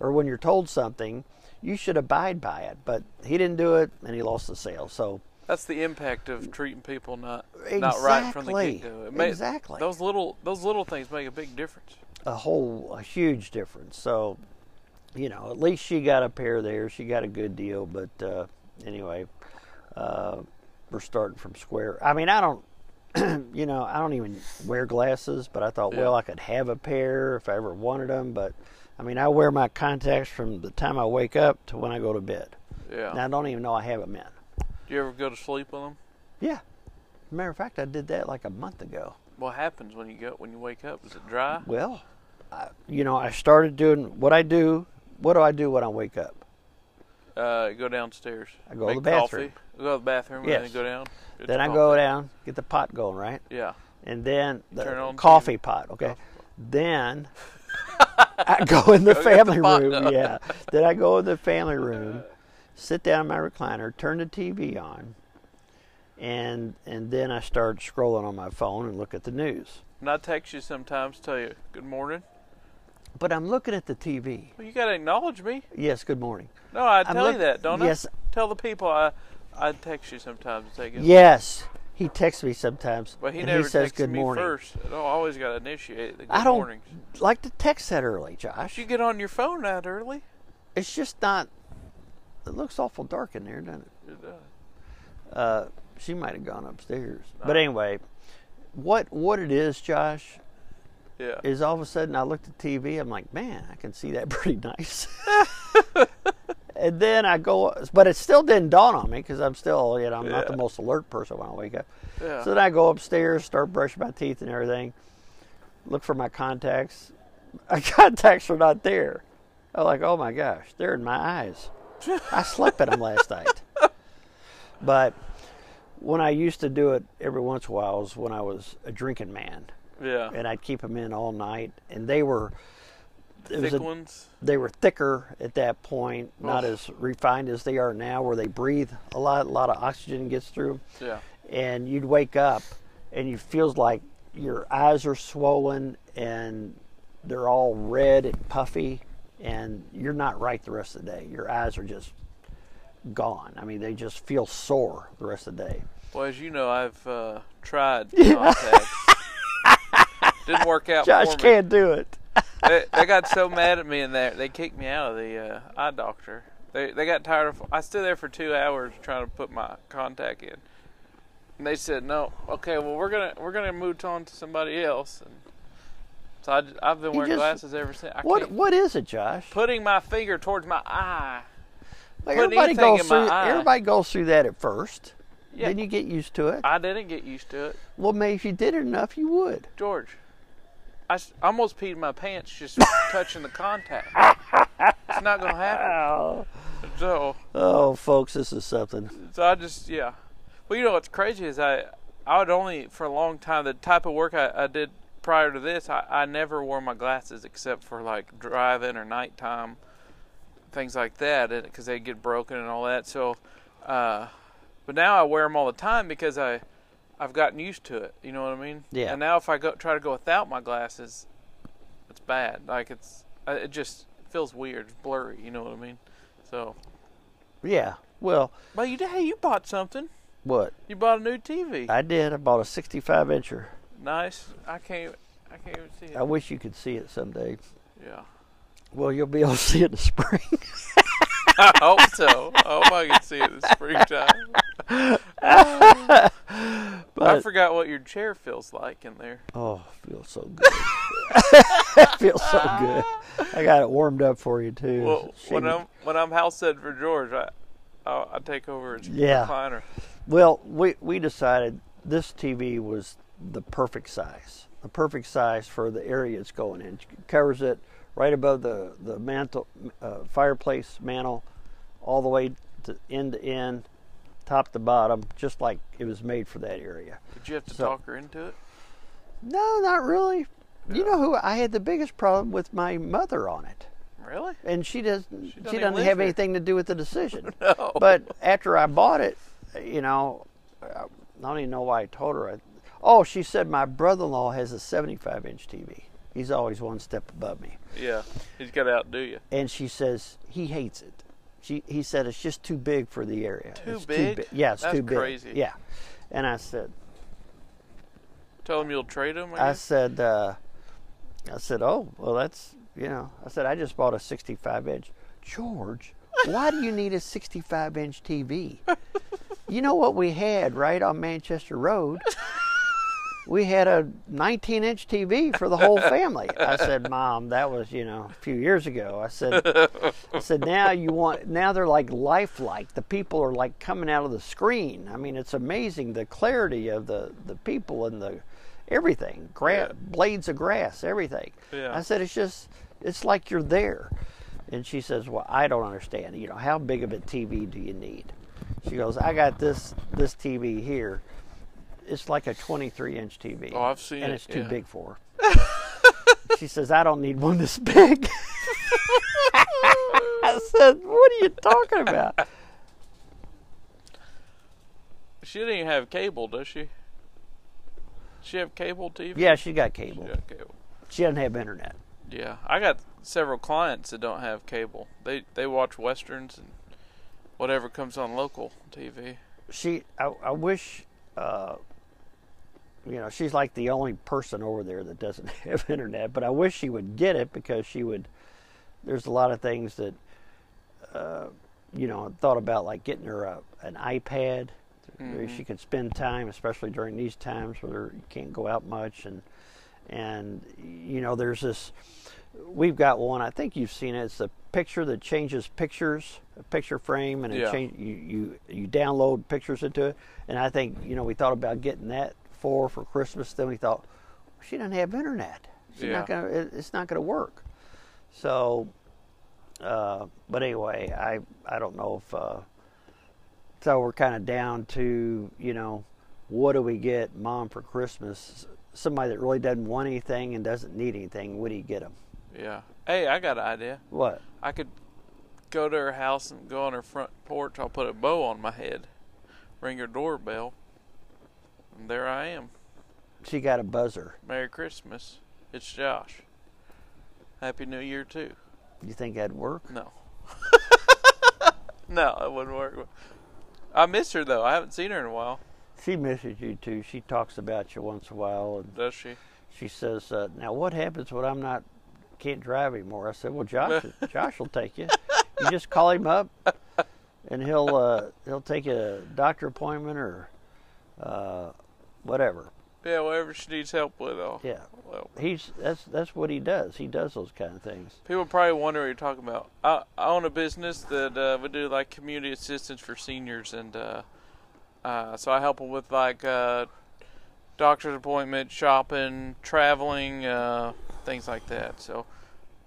or when you're told something, you should abide by it. But he didn't do it, and he lost the sale. So.
That's the impact of treating people not not right from the
Exactly.
get go.
Exactly.
Those little those little things make a big difference.
a whole a huge difference. So, you know, at least she got a pair there. She got a good deal. But uh, anyway, uh, we're starting from square. I mean, I don't, you know, I don't even wear glasses. But I thought, well,
Yeah.
I could have a pair if I ever wanted them. But I mean, I wear my contacts from the time I wake up to when I go to bed.
Yeah.
And I don't even know I have them in.
Do you ever go to sleep with them?
Yeah. Matter of fact, I did that like a month ago.
What happens when you go when you wake up? Is it dry?
Well, I, you know, I started doing what I do. What do I do when I wake up?
Uh, go downstairs.
I go to
Make
the bathroom.
Coffee, go to the bathroom and
Yes.
then go down. Get
then
your
I go
coffee.
down, get the pot going, right?
Yeah.
And then the
Turn on
coffee
TV.
pot, okay? Then I go in the family
pot
room,
up.
yeah. Then I go in the family room sit down in my recliner, turn the TV on, and and then I start scrolling on my phone and look at the news.
And I text you sometimes, tell you good morning.
But I'm looking at the TV.
Well, you gotta acknowledge me.
Yes, good morning.
No, I
I'm
tell
look-
you that, don't I?
yes.
Tell the people I I text you sometimes to take it.
Yes, he texts me sometimes,
But he
and
never
he says
texts
good
me
morning.
first. I always gotta initiate the good
I don't
mornings.
like to text that early, Josh.
You get on your phone that early.
It's just not. It looks awful dark in there, doesn't it?
It does.
Uh, she might have gone upstairs. But anyway, what what it is, Josh,
Yeah.
is all of a sudden I looked at TV. I'm like, man, I can see that pretty nice. and then I go, but it still didn't dawn on me because I'm still, you know, I'm not the
Yeah.
most alert person when I wake up.
Yeah.
So then I go upstairs, start brushing my teeth and everything, look for my contacts. My contacts are not there. I'm like, oh my gosh, they're in my eyes. I slept in them last night. But when I used to do it every once in a while was when I was a drinking man
yeah.
and I'd keep them in all night. And they were it was
Thick
a-
ones.
they were thicker at that point, not
Oh.
as refined as they are now, where they breathe a lot. A lot of oxygen gets through,
Yeah.
and you'd wake up and you feels like your eyes are swollen and they're all red and puffy, and you're not right the rest of the day. Your eyes are just gone. I mean, they just feel sore the rest of the day.
Well, as you know, I've uh, tried contacts. Didn't work out
Josh
for me.
can't do it.
they, they got so mad at me in there, they kicked me out of the uh, eye doctor. They they got tired of. I stood there for two hours trying to put my contact in, and they said no. Okay, well we're gonna we're gonna move on to somebody else. And so I, have been
You
wearing
just-
glasses ever since. I
What
can't-
what is it, Josh?
putting my finger towards my eye.
Like
put
everybody
anything
goes
in my
through.
eye.
Everybody goes through that at first.
Yeah.
Then you get used to it.
I didn't get used to it,
well, maybe if you did it enough, you would.
George. I s- almost peed my pants just touching the contact. It's not gonna happen.
Oh,
So.
oh, folks, this is something.
So I just yeah. Well, you know what's crazy is I I would only for a long time the type of work I, I did prior to this I, I never wore my glasses except for like driving or nighttime things like that because they get broken and all that. So, uh, but now I wear them all the time because I I've gotten used to it. You know what I mean?
Yeah.
And now if I go try to go without my glasses, it's bad. Like it's I- it just feels weird, blurry. You know what I mean? So,
Yeah. Well,
but you hey you bought something.
what
You bought a new TV.
I did, I bought a 65 incher.
nice. I can't. I can't even see it.
I wish you could see it someday.
yeah.
Well, you'll be able to see it in the spring.
I hope so. I hope I can see it this springtime. I
But-
forgot what your chair feels like in there.
Oh, feels so good. feels so good. I got it warmed up for you too.
Well,
She-
when I'm when I'm house sitting for George, I I, I take over his
Yeah.
recliner.
Well, we we decided this TV was the perfect size, the perfect size for the area it's going in. It covers it right above the the mantle, uh, fireplace mantle, all the way to end to end, top to bottom, just like it was made for that area.
Did you have to
So-
talk her into it?
No, not really. You know who I had the biggest problem with my mother on it
Really?
and she doesn't she
doesn't
doesn't,
even live
have
here.
anything to do with the decision. But after I bought it, you know, I don't even know why I told her. I, oh, she said my brother-in-law has a 75-inch TV. He's always one step above me.
Yeah. He's got to outdo you.
And she says he hates it. She he said it's just too big for the area.
Too
It's
big?
bi- yeah, it's
That's
too big.
crazy.
Yeah. And I said
Tell him you'll trade him.
I
I guess?
said, uh, I said, oh, well, that's, you know, I said, I just bought a 65 inch. George, why do you need a 65 inch TV? You know what we had right on Manchester Road? We had a 19 inch TV for the whole family. I said, Mom, that was, you know, a few years ago. I said, I said, now you want, now they're like lifelike. The people are like coming out of the screen. I mean, it's amazing the clarity of the, the people and the everything, gra-
Yeah.
blades of grass, everything.
Yeah.
I said, it's just, it's like you're there. And she says, well, I don't understand. You know, how big of a TV do you need? She goes, I got this, this TV here. It's like a 23 inch TV.
Oh, I've seen
And
it,
it's too
yeah.
big for her. she says, I don't need one this big. I said, "What are you talking about?"
She didn't even have cable, does she? She have cable TV?
Yeah, she got cable.
She got cable.
She doesn't have internet.
Yeah, I got several clients that don't have cable. They they watch westerns and whatever comes on local TV.
She, I, I wish, uh, you know, she's like the only person over there that doesn't have internet. But I wish she would get it because she would. There's a lot of things that, uh, you know, I thought about like getting her a, an iPad. Where she could spend time, especially during these times where you can't go out much, and and you know, there's this. We've got one. I think you've seen it. It's a picture that changes pictures, a picture frame, and it
Yeah.
change you, you you download pictures into it. And I think you know we thought about getting that for for Christmas. Then we thought she doesn't have internet. She's not
Yeah.
gonna. It, it's not gonna work. So, uh, but anyway, I I don't know if. Uh, so we're kind of down to you know what do we get mom for christmas somebody that really doesn't want anything and doesn't need anything what do you get them
Yeah. Hey, I got an idea.
what
I could go to her house and go on her front porch. I'll put a bow on my head, ring her doorbell, and there I am.
she got a buzzer
Merry Christmas. It's Josh. Happy New Year too.
you think that'd work
No. no, it wouldn't work. I miss her though. I haven't seen her in a while.
she misses you too she talks about you once in a while and
Does she?
she says uh, now what happens when i'm not can't drive anymore i said well josh josh will take you you just call him up and he'll uh, he'll take you to a doctor appointment or uh, whatever
Yeah, whatever she needs help with. I'll,
yeah
Well,
He's that's that's what he does. He does those kind of things.
people probably wonder what you're talking about. I, I own a business that uh, we do like community assistance for seniors, and uh, uh, so I help them with like uh, doctor's appointment, shopping, traveling, uh, things like that. So,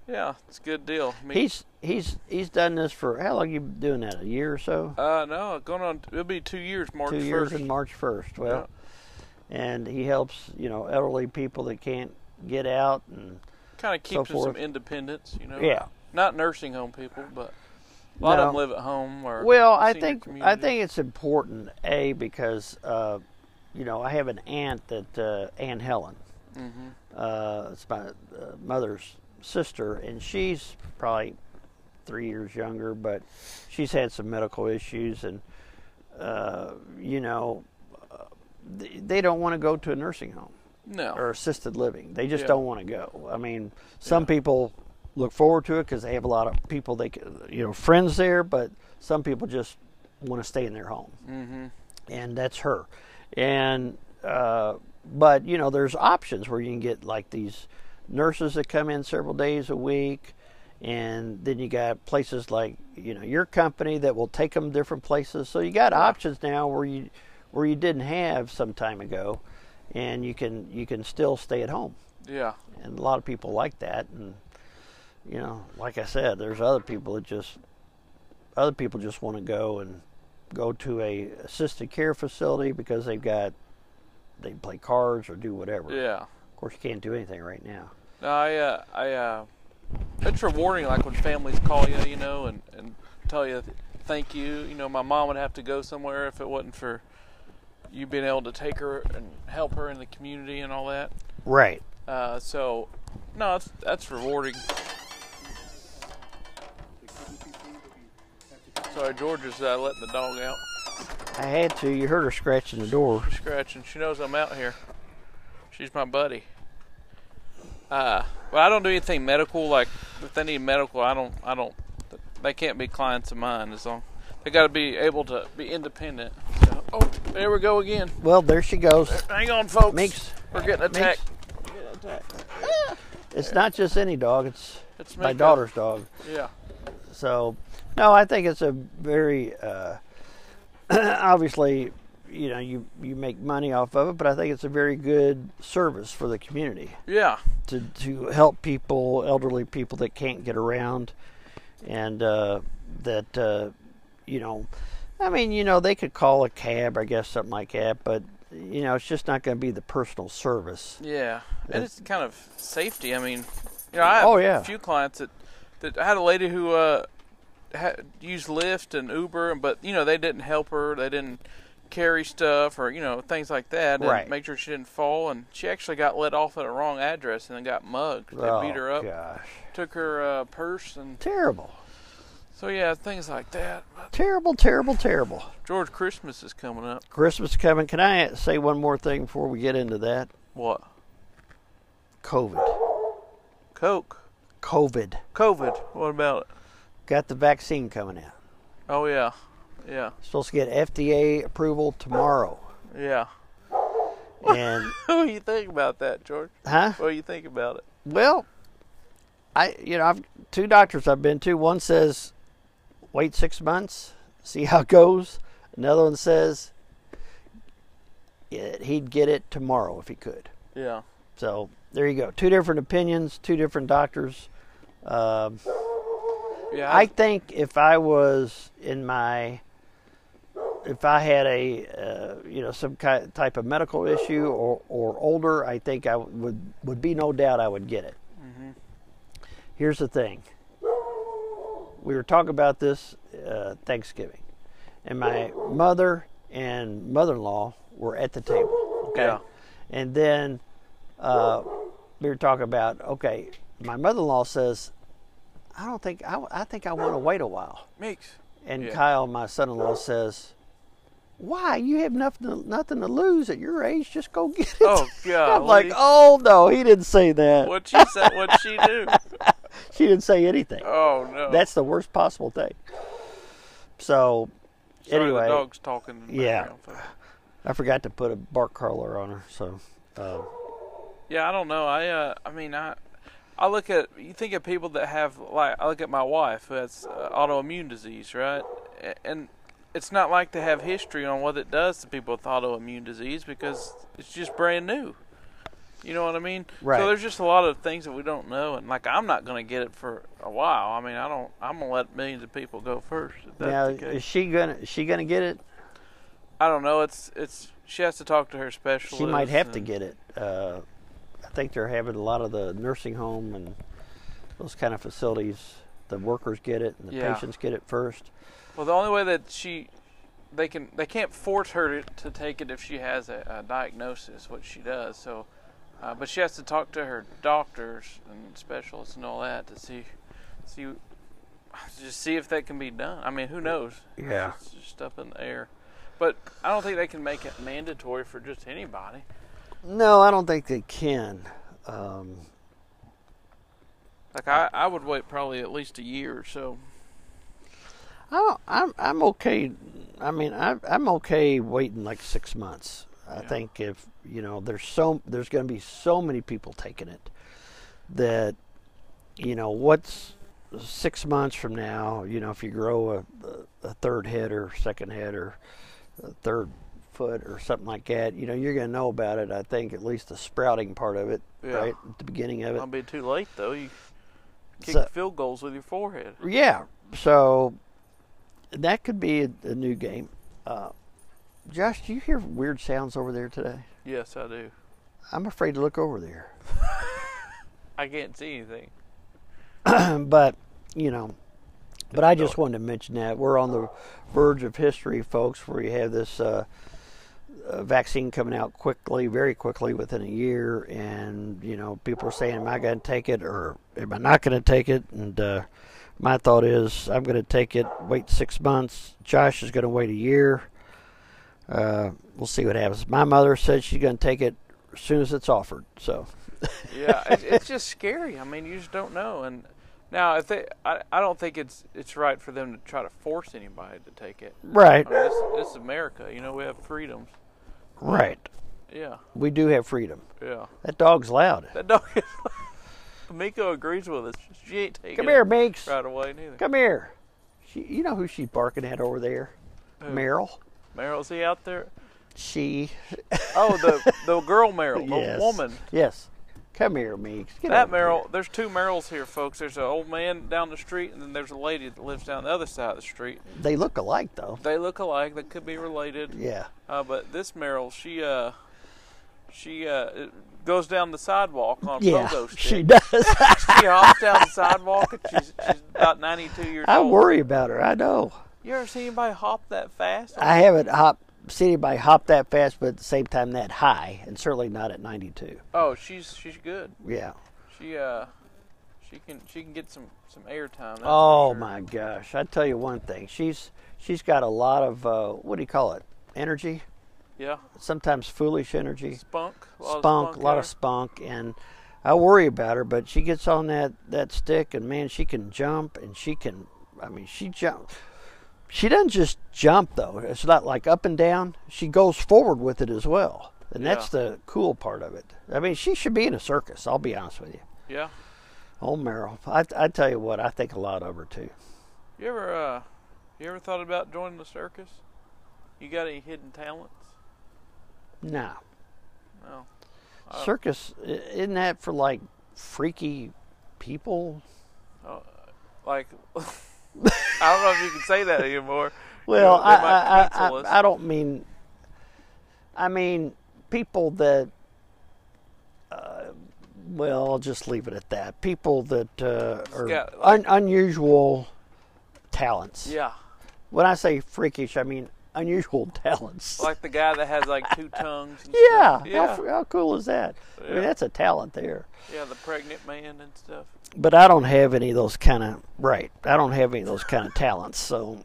yeah, it's a good deal. Me-
He's he's he's done this for how long? You been doing that? A year or so?
uh, no, going on. It'll be two years, March
Two
1st.
years and March first. Well, and he helps you know elderly people that can't get out and
kind of keeps us some
forth.
independence, you know.
Yeah.
Not nursing home people, but a lot of them
No.
live at home or
Well, I
senior
think I
community.
think it's important a because uh, you know I have an aunt that uh, Aunt Helen. Uh, it's my uh, mother's sister, and she's probably three years younger, but she's had some medical issues, and uh, you know uh, they, they don't want to go to a nursing home
no.
or assisted living. They just
Yeah.
don't want to go. I mean, some people look forward to it because they have a lot of people they, c- you know, friends there. But some people just want to stay in their home, mm-hmm. and that's her. And uh, but you know, there's options where you can get like these nurses that come in several days a week. And then you got places like you know your company that will take them different places. So you got options now where you where you didn't have some time ago and you can you can still stay at home.
yeah.
And a lot of people like that, and you know, like I said, there's other people that just other people just want to go and go to a assisted care facility because they've got they play cards or do whatever.
Yeah.
Of course, you can't do anything right now.
No, I uh, I uh, it's rewarding like when families call you, you know, and and tell you thank you. You know, my mom would have to go somewhere if it wasn't for you being able to take her and help her in the community and all that.
Right.
Uh, so, no, that's, that's rewarding. Sorry, Georgia's uh, letting the dog out,
I had to. You heard her scratching the door.
scratching. She knows I'm out here. She's my buddy. Uh, but I don't do anything medical. Like if they need medical, I don't. I don't. They can't be clients of mine. As long they got to be able to be independent. So, oh, there we go again.
Well, there she goes.
Hang on, folks.
Minx.
We're getting attacked.
It's not just any dog. It's,
It's
my
Minx.
daughter's dog.
Yeah.
So, no, I think it's a very uh, obviously, you know, you you make money off of it, but I think it's a very good service for the community
Yeah.
to to help people, elderly people that can't get around, and uh, that uh, you know, I mean, you know, they could call a cab, I guess, something like that, but you know, it's just not going to be the personal service.
Yeah, and it's kind of safety. I mean, you know, I have
Oh, yeah.
a few clients that that I had a lady who uh, had, used Lyft and Uber, and but you know they didn't help her. They didn't carry stuff or you know things like that, and
Right.
make sure she didn't fall. And she actually got let off at a wrong address and then got mugged. They
oh,
beat her up,
Gosh,
took her uh, purse, and
terrible,
so yeah, things like that. But
terrible, terrible, terrible.
George Christmas is coming up.
Christmas coming. Can I say one more thing before we get into that?
What?
COVID.
Coke.
COVID.
COVID. What about it?
Got the vaccine coming out.
Oh yeah, yeah,
Supposed to get FDA approval tomorrow.
yeah.
And
What do you think about that, George?
huh?
What do you think about it?
Well, I you know I've two doctors I've been to. One says wait six months, see how it goes. Another one says yeah, he'd get it tomorrow if he could.
Yeah.
So there you go. Two different opinions, two different doctors. Um,
Yeah.
I think if I was in my, if I had a, uh, you know, some kind type of medical issue or, or older, I think I would would be no doubt I would get it. Here's the thing. We were talking about this uh, Thanksgiving, and my mother and mother-in-law were at the table. Okay.
Yeah.
And then uh, we were talking about okay. My mother-in-law says, "I don't think I, I think I want to wait a while."
mix.
And
Yeah.
Kyle, my son-in-law, says, "Why? You have nothing nothing to lose at your age. Just go get it."
Oh God.
I'm like, "Oh no, he didn't say that.
What she said? What she do?
She didn't say anything.
Oh no.
That's the worst possible thing." So,
Sorry,
anyway,
The dog's talking. In the
Yeah.
background, folks.
I forgot to put a bark collar on her. So, uh,
Yeah, I don't know. I uh, I mean, I I look at you think of people that have like I look at my wife who has uh, autoimmune disease, right? A- And it's not like they have history on what it does to people with autoimmune disease because it's just brand new. You know what I mean?
Right.
So there's just a lot of things that we don't know, and like I'm not going to get it for a while. I mean, I don't. I'm gonna let millions of people go first. If that's
now
the case.
is she gonna is she gonna get it?
I don't know. It's it's she has to talk to her specialist.
She might have to
and-
get it. Uh, I think they're having a lot of the nursing home and those kind of facilities. The workers get it, and the
Yeah.
patients get it first.
Well, the only way that she, they can, they can't force her to, to take it if she has a, a diagnosis, which she does. So, uh, but she has to talk to her doctors and specialists and all that to see, see, just see if that can be done. I mean, who knows?
Yeah.
It's just up in the air. But I don't think they can make it mandatory for just anybody.
No, I don't think they can. Um,
Like I, I would wait probably at least a year or so.
I don't, I'm I'm okay. I mean, I, I'm okay waiting like six months. I think if you know, there's so there's going to be so many people taking it that you know what's six months from now. You know, if you grow a, a third head or second head or a third foot or something like that, you know, you're going to know about it. I think at least the sprouting part of it,
Yeah.
right, at the beginning of it.
It'll be too late though. You kick
So-
field goals with your forehead.
Yeah. So that could be a, a new game. Uh, Josh, do you hear weird sounds over there today?
Yes, I do.
I'm afraid to look over there.
I can't see anything.
but, you know, but I just wanted to mention that we're on the verge of history, folks, where you have this uh, uh, vaccine coming out quickly, very quickly, within a year, and you know people are saying, "Am I going to take it or am I not going to take it?" And uh, my thought is, I'm going to take it. Wait six months. Josh is going to wait a year. Uh, we'll see what happens. My mother said she's going to take it as soon as it's offered. So,
yeah, it's, it's just scary. I mean, you just don't know. And now, if they, I, I don't think it's it's right for them to try to force anybody to take it.
right,
I mean, this, this is America. You know, we have freedoms.
right.
Yeah,
We do have freedom.
yeah.
That dog's loud.
That dog is. Miko agrees with us. She ain't taking
Come
it
here, Meeks.
right away neither.
Come here. She, you know who she's barking at over there? Meryl.
Meryl's he out there?
She.
Oh, the the girl Meryl, the
yes.
woman.
Yes. Come here, Meeks. Get
That
over here.
Merrill, there's two Merrills here, folks. There's an old man down the street, and then there's a lady that lives down the other side of the street.
They look alike, though.
They look alike. They could be related.
Yeah.
Uh, but this Meryl, she uh, she uh, it goes down the sidewalk on a
Yeah.
pogo stick.
She does.
She hops down the sidewalk, and she's, she's about 92 years
I
old.
worry about her. I know.
You ever seen anybody hop that fast?
I haven't hopped see anybody hop that fast, but at the same time that high, and certainly not at 92.
Oh, she's she's good.
Yeah.
She uh, she can she can get some some air time. that's for
Oh
sure.
my gosh! I tell you one thing, she's she's got a lot of uh, what do you call it? Energy,
Yeah,
sometimes foolish energy,
spunk. A lot
spunk,
of
a lot
in her.
of spunk, and I worry about her. But she gets on that that stick, and man, she can jump, and she can. I mean, she jump. She doesn't just jump though. It's not like up and down. She goes forward with it as well, and that's
Yeah.
the cool part of it. I mean, she should be in a circus. I'll be honest with you.
Yeah.
Old Merrill, I, I tell you what, I think a lot of her too.
You ever uh, you ever thought about joining the circus? You got any hidden talents?
No.
No. Oh.
circus i- isn't that for like freaky people
Like, I don't know if you can say that anymore.
well
They
I,
might
I,
cancel
I,
us.
I, I don't mean i mean people that uh, well i'll just leave it at that people that uh, are
got,
un, unusual talents
Yeah,
when i say freakish i mean unusual talents
like the guy that has like two tongues. And
yeah,
stuff.
How,
yeah,
fr- how cool is that i
Yeah.
mean that's a talent there
yeah, the pregnant man and stuff.
but i don't have any of those kind of right i don't have any of those kind of talents so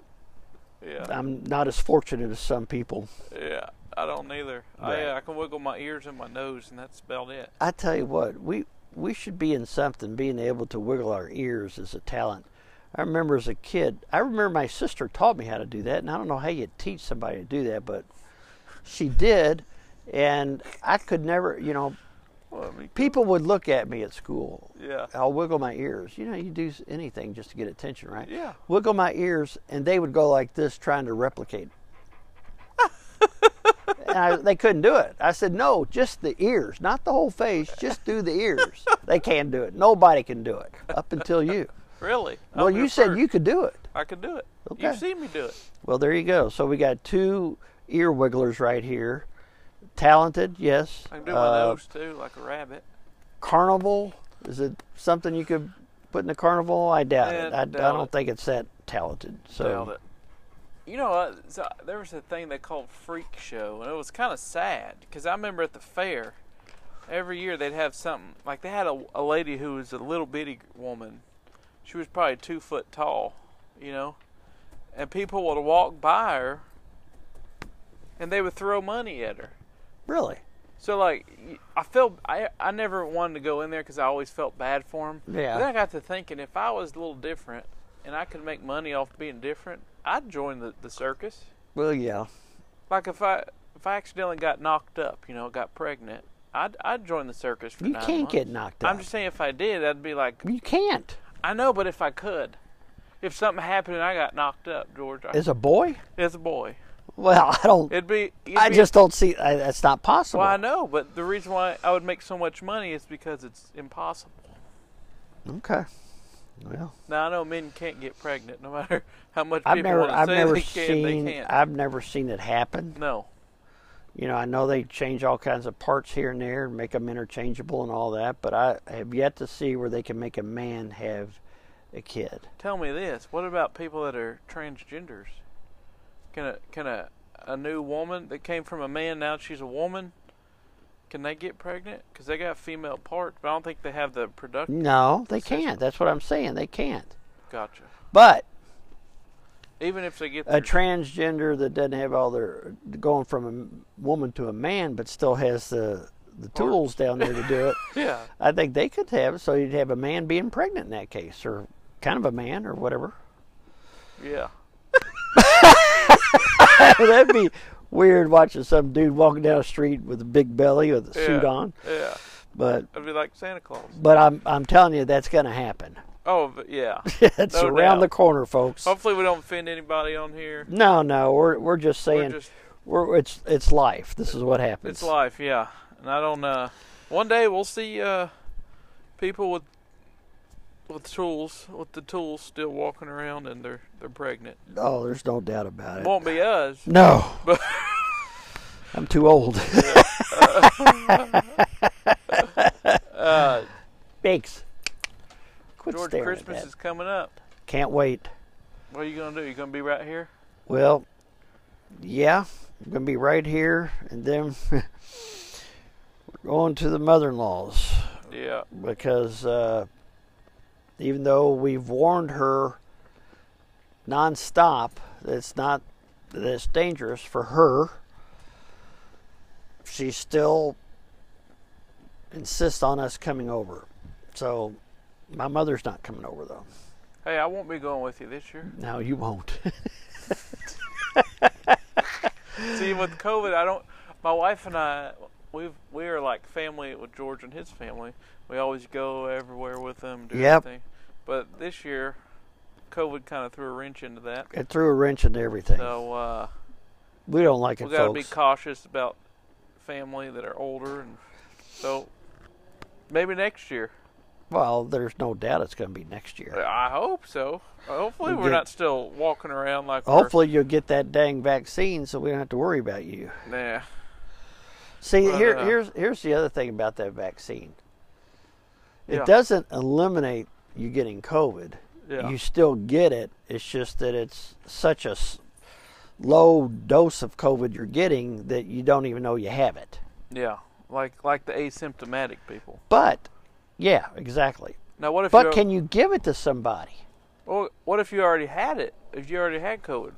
Yeah,
I'm not as fortunate as some people.
yeah. I don't either.
Right.
I uh, I can wiggle my ears and my nose, and that's about it.
I tell you what, we we should be in something. Being able to wiggle our ears is a talent. I remember as a kid. I remember my sister taught me how to do that, and I don't know how you teach somebody to do that, but she did, and I could never. You know,
Well, I mean,
people would look at me at school.
yeah,
I'll wiggle my ears. You know, you do s- anything just to get attention, right?
Yeah.
Wiggle my ears, and they would go like this, trying to replicate. and I, they couldn't do it. I said, no, just the ears, not the whole face. Just do the ears. they can't do it. Nobody can do it up until you.
really.
Well,
I'm
you
here
said
first.
you could do it.
I could do it.
Okay.
You've seen me do it.
Well, there you go. So we got two ear wigglers right here. Talented, yes.
I can do my
Uh,
nose too, like a rabbit.
carnival? Is it something you could put in the carnival? I doubt
Yeah,
it. I, I
doubt
don't
it.
think it's that talented. So
Nailed it. You know, uh, so there was a thing they called Freak Show, and it was kind of sad because I remember at the fair, every year they'd have something. Like they had a, a lady who was a little bitty woman. She was probably two foot tall, you know, and people would walk by her, and they would throw money at her.
really,
So like, y- I felt I I never wanted to go in there because I always felt bad for him.
Yeah.
But then I got to thinking if I was a little different and I could make money off being different, I'd join the, the circus.
well, yeah,
Like if I if I accidentally got knocked up, you know, got pregnant, I'd I'd join the circus for
you
nine
can't get
months.
knocked out.
I'm just saying if I did, I'd be like,
you can't.
I know, but if I could, if something happened and I got knocked up, George, I,
As a boy,
as a boy,
well, I don't.
it'd be. It'd
I
be-
just don't see. I, that's not possible.
Well, I know, but the reason why I would make so much money is because it's impossible.
Okay. Well,
Now I know men can't get pregnant, no matter how much
I've
people
never,
want to
I've
say
never
they can.
seen,
they can't.
I've never seen it happen.
no,
You know, I know they change all kinds of parts here and there and make them interchangeable and all that, but I have yet to see where they can make a man have a kid.
tell me this: What about people that are transgenders? Can a can a a new woman that came from a man now she's a woman? Can they get pregnant? Because they got female parts, but I don't think they have the production.
No, they can't. That's what I'm saying. They can't.
Gotcha.
But
Even if they get
a
their,
transgender that doesn't have all their going from a woman to a man, but still has the the tools down there to do it.
yeah,
I think they could have. So you'd have a man being pregnant in that case, or kind of a man, or whatever.
yeah,
That'd be weird watching some dude walking down the street with a big belly with a suit
yeah,
on.
Yeah,
But
it'd be like Santa Claus.
but I'm I'm telling you that's going to happen.
Oh, but yeah.
it's
No
around
doubt.
the corner, folks.
Hopefully, we don't offend anybody on here.
No, no, we're we're just
We're
saying
just-
we're- it's it's life. This is what happens.
It's life, yeah. And I don't. Uh, one day we'll see uh, people with with tools, with the tools still walking around, and they're they're pregnant.
Oh, there's no doubt about it.
Won't be us.
No.
But-
I'm too old.
Uh,
Thanks. Quit
George,
staring
Christmas
at that.
is coming up.
Can't wait.
What are you gonna do? You gonna be right here?
Well, yeah, I'm gonna be right here, and then we're going to the mother-in-law's
Yeah.
because uh, even though we've warned her nonstop that it's not that it's dangerous for her, she still insists on us coming over. So my mother's not coming over though.
Hey, I won't be going with you this year.
No, you won't.
See, with COVID, I don't. My wife and I, we we are like family with George and his family. We always go everywhere with them. Do
Yep.
everything. But this year, COVID kind of threw a wrench into that.
it threw a wrench into everything.
So uh,
we don't like it,
we got to be
folks.
cautious about family that are older, and so maybe next year.
well, there's no doubt it's going to be next year.
I hope so. Hopefully,
We
we're
get-
not still walking around like. we're-
Hopefully, you'll get that dang vaccine, so we don't have to worry about you.
Nah.
See,
Well,
here,
uh,
here's here's the other thing about that vaccine. It
Yeah.
doesn't eliminate you getting COVID.
Yeah.
You still get it. It's just that it's such a s- low dose of COVID you're getting that you don't even know you have it.
Yeah. Like like the asymptomatic people.
But yeah, exactly.
Now, what if?
But
you're-
can you give it to somebody?
Well, what if you already had it? If you already had COVID,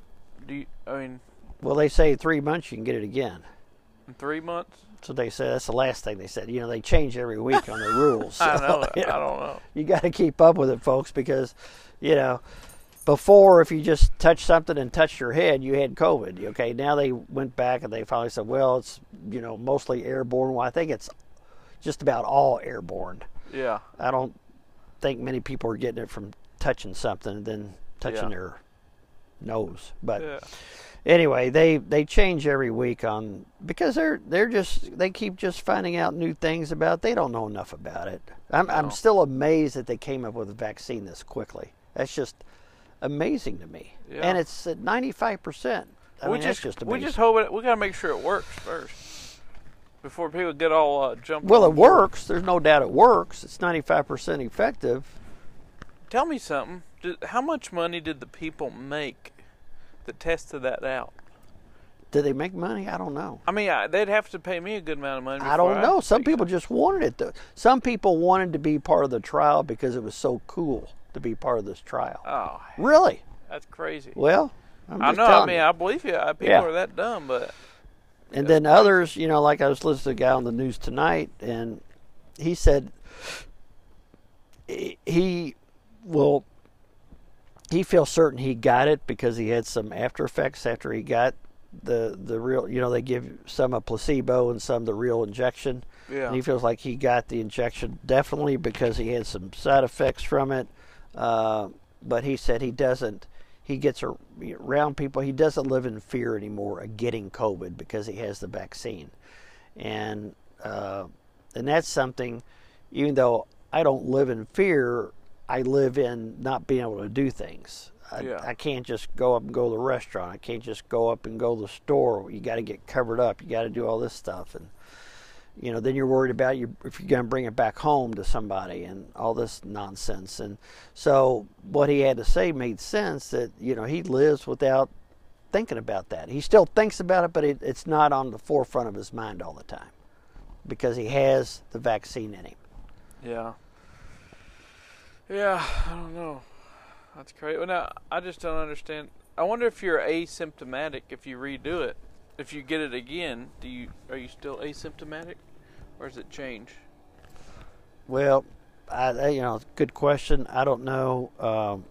do you? I mean,
Well, they say three months you can get it again.
in three months?
So they said that's the last thing they said. You know, they change every week on the rules.
I know.
So,
I
you know,
don't know.
You got to keep up with it, folks, because you know before if you just touched something and touched your head, you had COVID. Okay, now they went back and they finally said, well, it's you know mostly airborne. Well, I think it's just about all airborne.
Yeah.
I don't think many people are getting it from touching something and then touching
Yeah.
their nose, but
Yeah.
anyway, they they change every week on because they're they're just they keep just finding out new things about. They don't know enough about it. I'm I'm still amazed that they came up with a vaccine this quickly. That's just amazing to me.
Yeah.
And it's at 95 percent. I
we
mean,
just,
that's just
we
amazing.
just hope it. We gotta make sure it works first before people get all uh, jumped.
well, it works. There's no doubt it works. It's 95 percent effective.
Tell me something. Did, how much money did the people make that tested that out?
Do they make money? I don't know.
I mean, I, they'd have to pay me a good amount of money.
I
before
don't know. Some
take
people just wanted it. Though. Some people wanted to be part of the trial because it was so cool to be part of this trial.
it. Oh,
really?
that's crazy.
Well, I'm
I
just
know. I
telling
mean,
you.
I believe you. I- People
Yeah.
are that dumb, but
and then others, you know, like I was listening to a guy on the news tonight, and he said he- he will he feels certain he got it because he had some after effects after he got the the real you know they give some a placebo and some the real injection
Yeah.
and he feels like he got the injection definitely because he had some side effects from it uh, but he said he doesn't he gets ar- around people he doesn't live in fear anymore of getting covid because he has the vaccine and uh, and that's something. Even though I don't live in fear, I live in not being able to do things. I,
Yeah.
I can't just go up and go to the restaurant. I can't just go up and go to the store. You got to get covered up. You got to do all this stuff, and you know then you're worried about you if you're going to bring it back home to somebody and all this nonsense. And so what he had to say made sense. That you know he lives without thinking about that. He still thinks about it, but it, it's not on the forefront of his mind all the time because he has the vaccine in him.
Yeah. Yeah, I don't know. That's crazy. Well, now I just don't understand. I wonder if you're asymptomatic if you redo it. If you get it again, do you are you still asymptomatic, or does it change?
Well, I, I- you know, good question. I don't know. Um,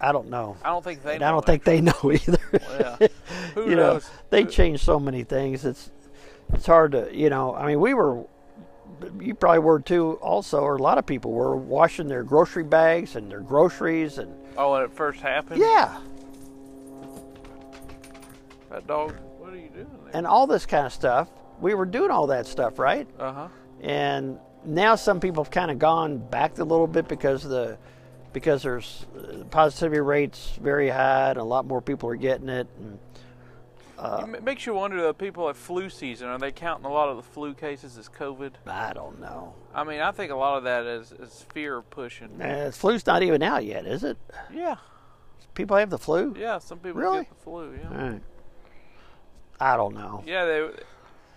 I don't know.
I don't think they.
And
know
I don't think they know either.
actually. Yeah. Who
you know,
knows?
they
Who-
change so many things. It's it's hard to, you know. I mean, we were, you probably were too, also, or a lot of people were washing their grocery bags and their groceries and
Oh, when it first happened.
yeah,
That dog. What are you doing there?
and all this kind of stuff. We were doing all that stuff, right?
Uh huh.
and now some people have kind of gone back a little bit because of the because there's uh, positivity rates very high and a lot more people are getting it and
Uh,
Uh,
it makes you wonder though. People at flu season are they counting a lot of the flu cases as COVID?
i don't know
I mean, I think a lot of that is is fear pushing.
uh, flu's not even out yet is it
Yeah.
people have the flu
Yeah, some people
Really?
get the flu. Yeah.
all right I don't know.
Yeah, they.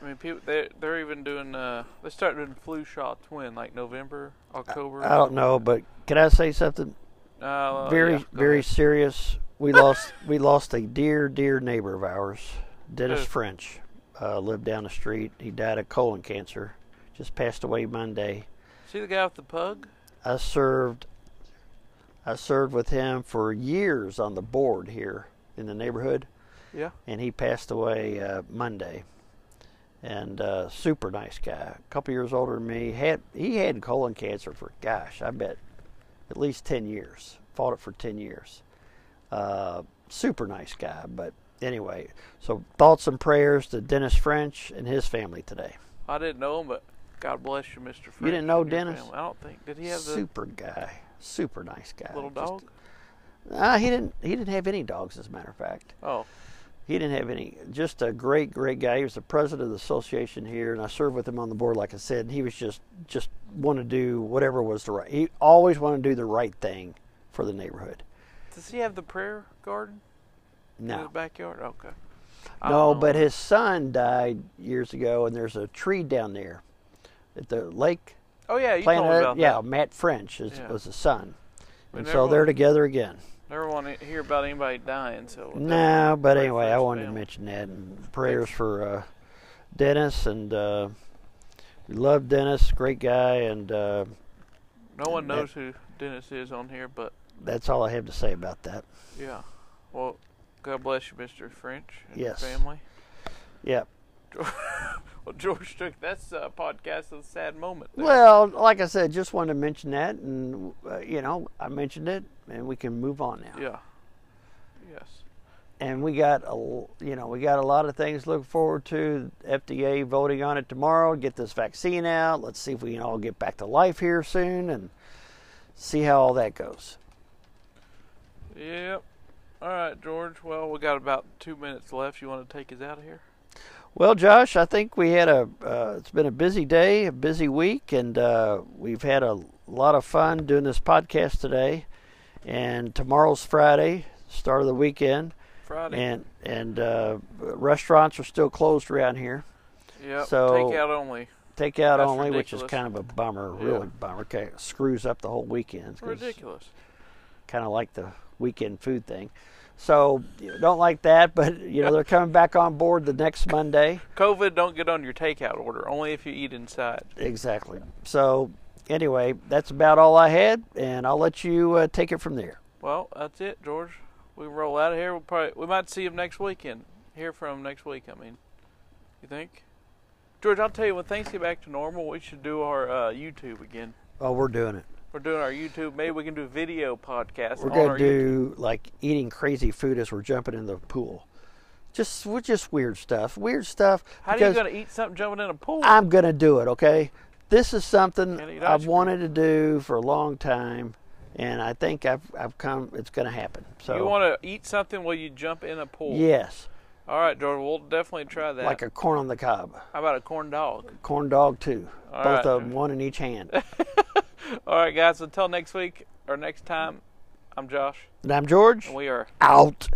I mean, people they they're even doing. Uh, they start doing flu shots when like November,
Uh,
October.
I don't know, but can I say something
Uh,
very
yeah, go
very
ahead.
serious? We lost we lost a dear dear neighbor of ours, Dennis
Who?
French. Uh, lived down the street. He died of colon cancer. Just passed away Monday.
See the guy with the pug?
I served I served with him for years on the board here in the neighborhood
Yeah.
and he passed away uh, Monday. And uh, super nice guy, a couple years older than me. Had he had colon cancer for gosh, I bet at least ten years. Fought it for ten years. Uh, super nice guy, but anyway. So thoughts and prayers to Dennis French and his family today.
I didn't know him, but God bless you, Mr. French.
didn't know
and your
Dennis?
family. I don't think. Did he have the
super guy, super nice guy.
little
Just-
dog?
Uh, he didn't. He didn't have any dogs, as a matter of fact.
Oh,
he didn't have any just a great great guy he was the president of the association here and i served with him on the board like i said and he was just just want to do whatever was the right he always wanted to do the right thing for the neighborhood
does he have the prayer garden in
no
his backyard? Okay. I
no
don't know.
but his son died years ago and there's a tree down there at the lake
oh yeah, you told me
planet
about
yeah
that.
matt french is,
Yeah.
was the son
We
and
never
so they're
wanna-
together again
Never want to hear about anybody dying. So
No, but
Pray
anyway,
for
I
his
wanted to
family.
mention that and prayers for uh, Dennis and uh, we love Dennis, great guy, and uh,
no one knows who Dennis is on here, but
that's all I have to say about that.
yeah. Well, God bless you, Mr. French and
Yes.
your family.
Yeah.
Well, George took that's a podcast of the sad moment. there.
Well, like I said, just wanted to mention that, and uh, you know, I mentioned it, and we can move on now.
yeah, yes,
And we got a, l- you know, we got a lot of things to look forward to. FDA voting on it tomorrow. Get this vaccine out. Let's see if we can all get back to life here soon, and see how all that goes.
yep. All right, George. Well, we got about two minutes left. You want to take us out of here?
Well, Josh, I think we had a. Uh, it's been a busy day, a busy week, and uh, we've had a lot of fun doing this podcast today. And tomorrow's Friday, start of the weekend,
Friday.
and and uh, restaurants are still closed around here.
yep.
so-
take out only.
Takeout
That's
only, which is
ridiculous.
kind of a bummer,
Yeah.
really bummer. Okay, screws up the whole weekend. 'cause-
Ridiculous.
kind of like the weekend food thing. So you know, don't like that, but you know they're coming back on board the next Monday.
COVID don't get on your takeout order. Only if you eat inside.
Exactly. So, anyway, that's about all I had, and I'll let you uh, take it from there.
Well, that's it, George. We can roll out of here. We'll probably we might see him next weekend. Hear from him next week. I mean, you think, George? I'll tell you when things get back to normal, we should do our uh, YouTube again.
Oh, we're doing it.
We're doing our YouTube. Maybe we can do video podcasts.
We're
on
gonna
our
do like eating crazy food as we're jumping in the pool. Just we're just weird stuff. Weird stuff.
How are you
because
gonna eat something jumping in a pool?
I'm gonna do it. Okay. This is something
Can't eat ice
I've
cream.
wanted to do for a long time, and I think I've I've come. It's gonna happen. So
you want to eat something while you jump in a pool?
yes,
All right, George. We'll definitely try that.
like a corn on the cob,
How about a corn dog?
corn dog too.
All
Both
right.
of them, one in each hand.
All right, guys. Until next week or next time, I'm Josh,
and I'm George.
and we are.
Out.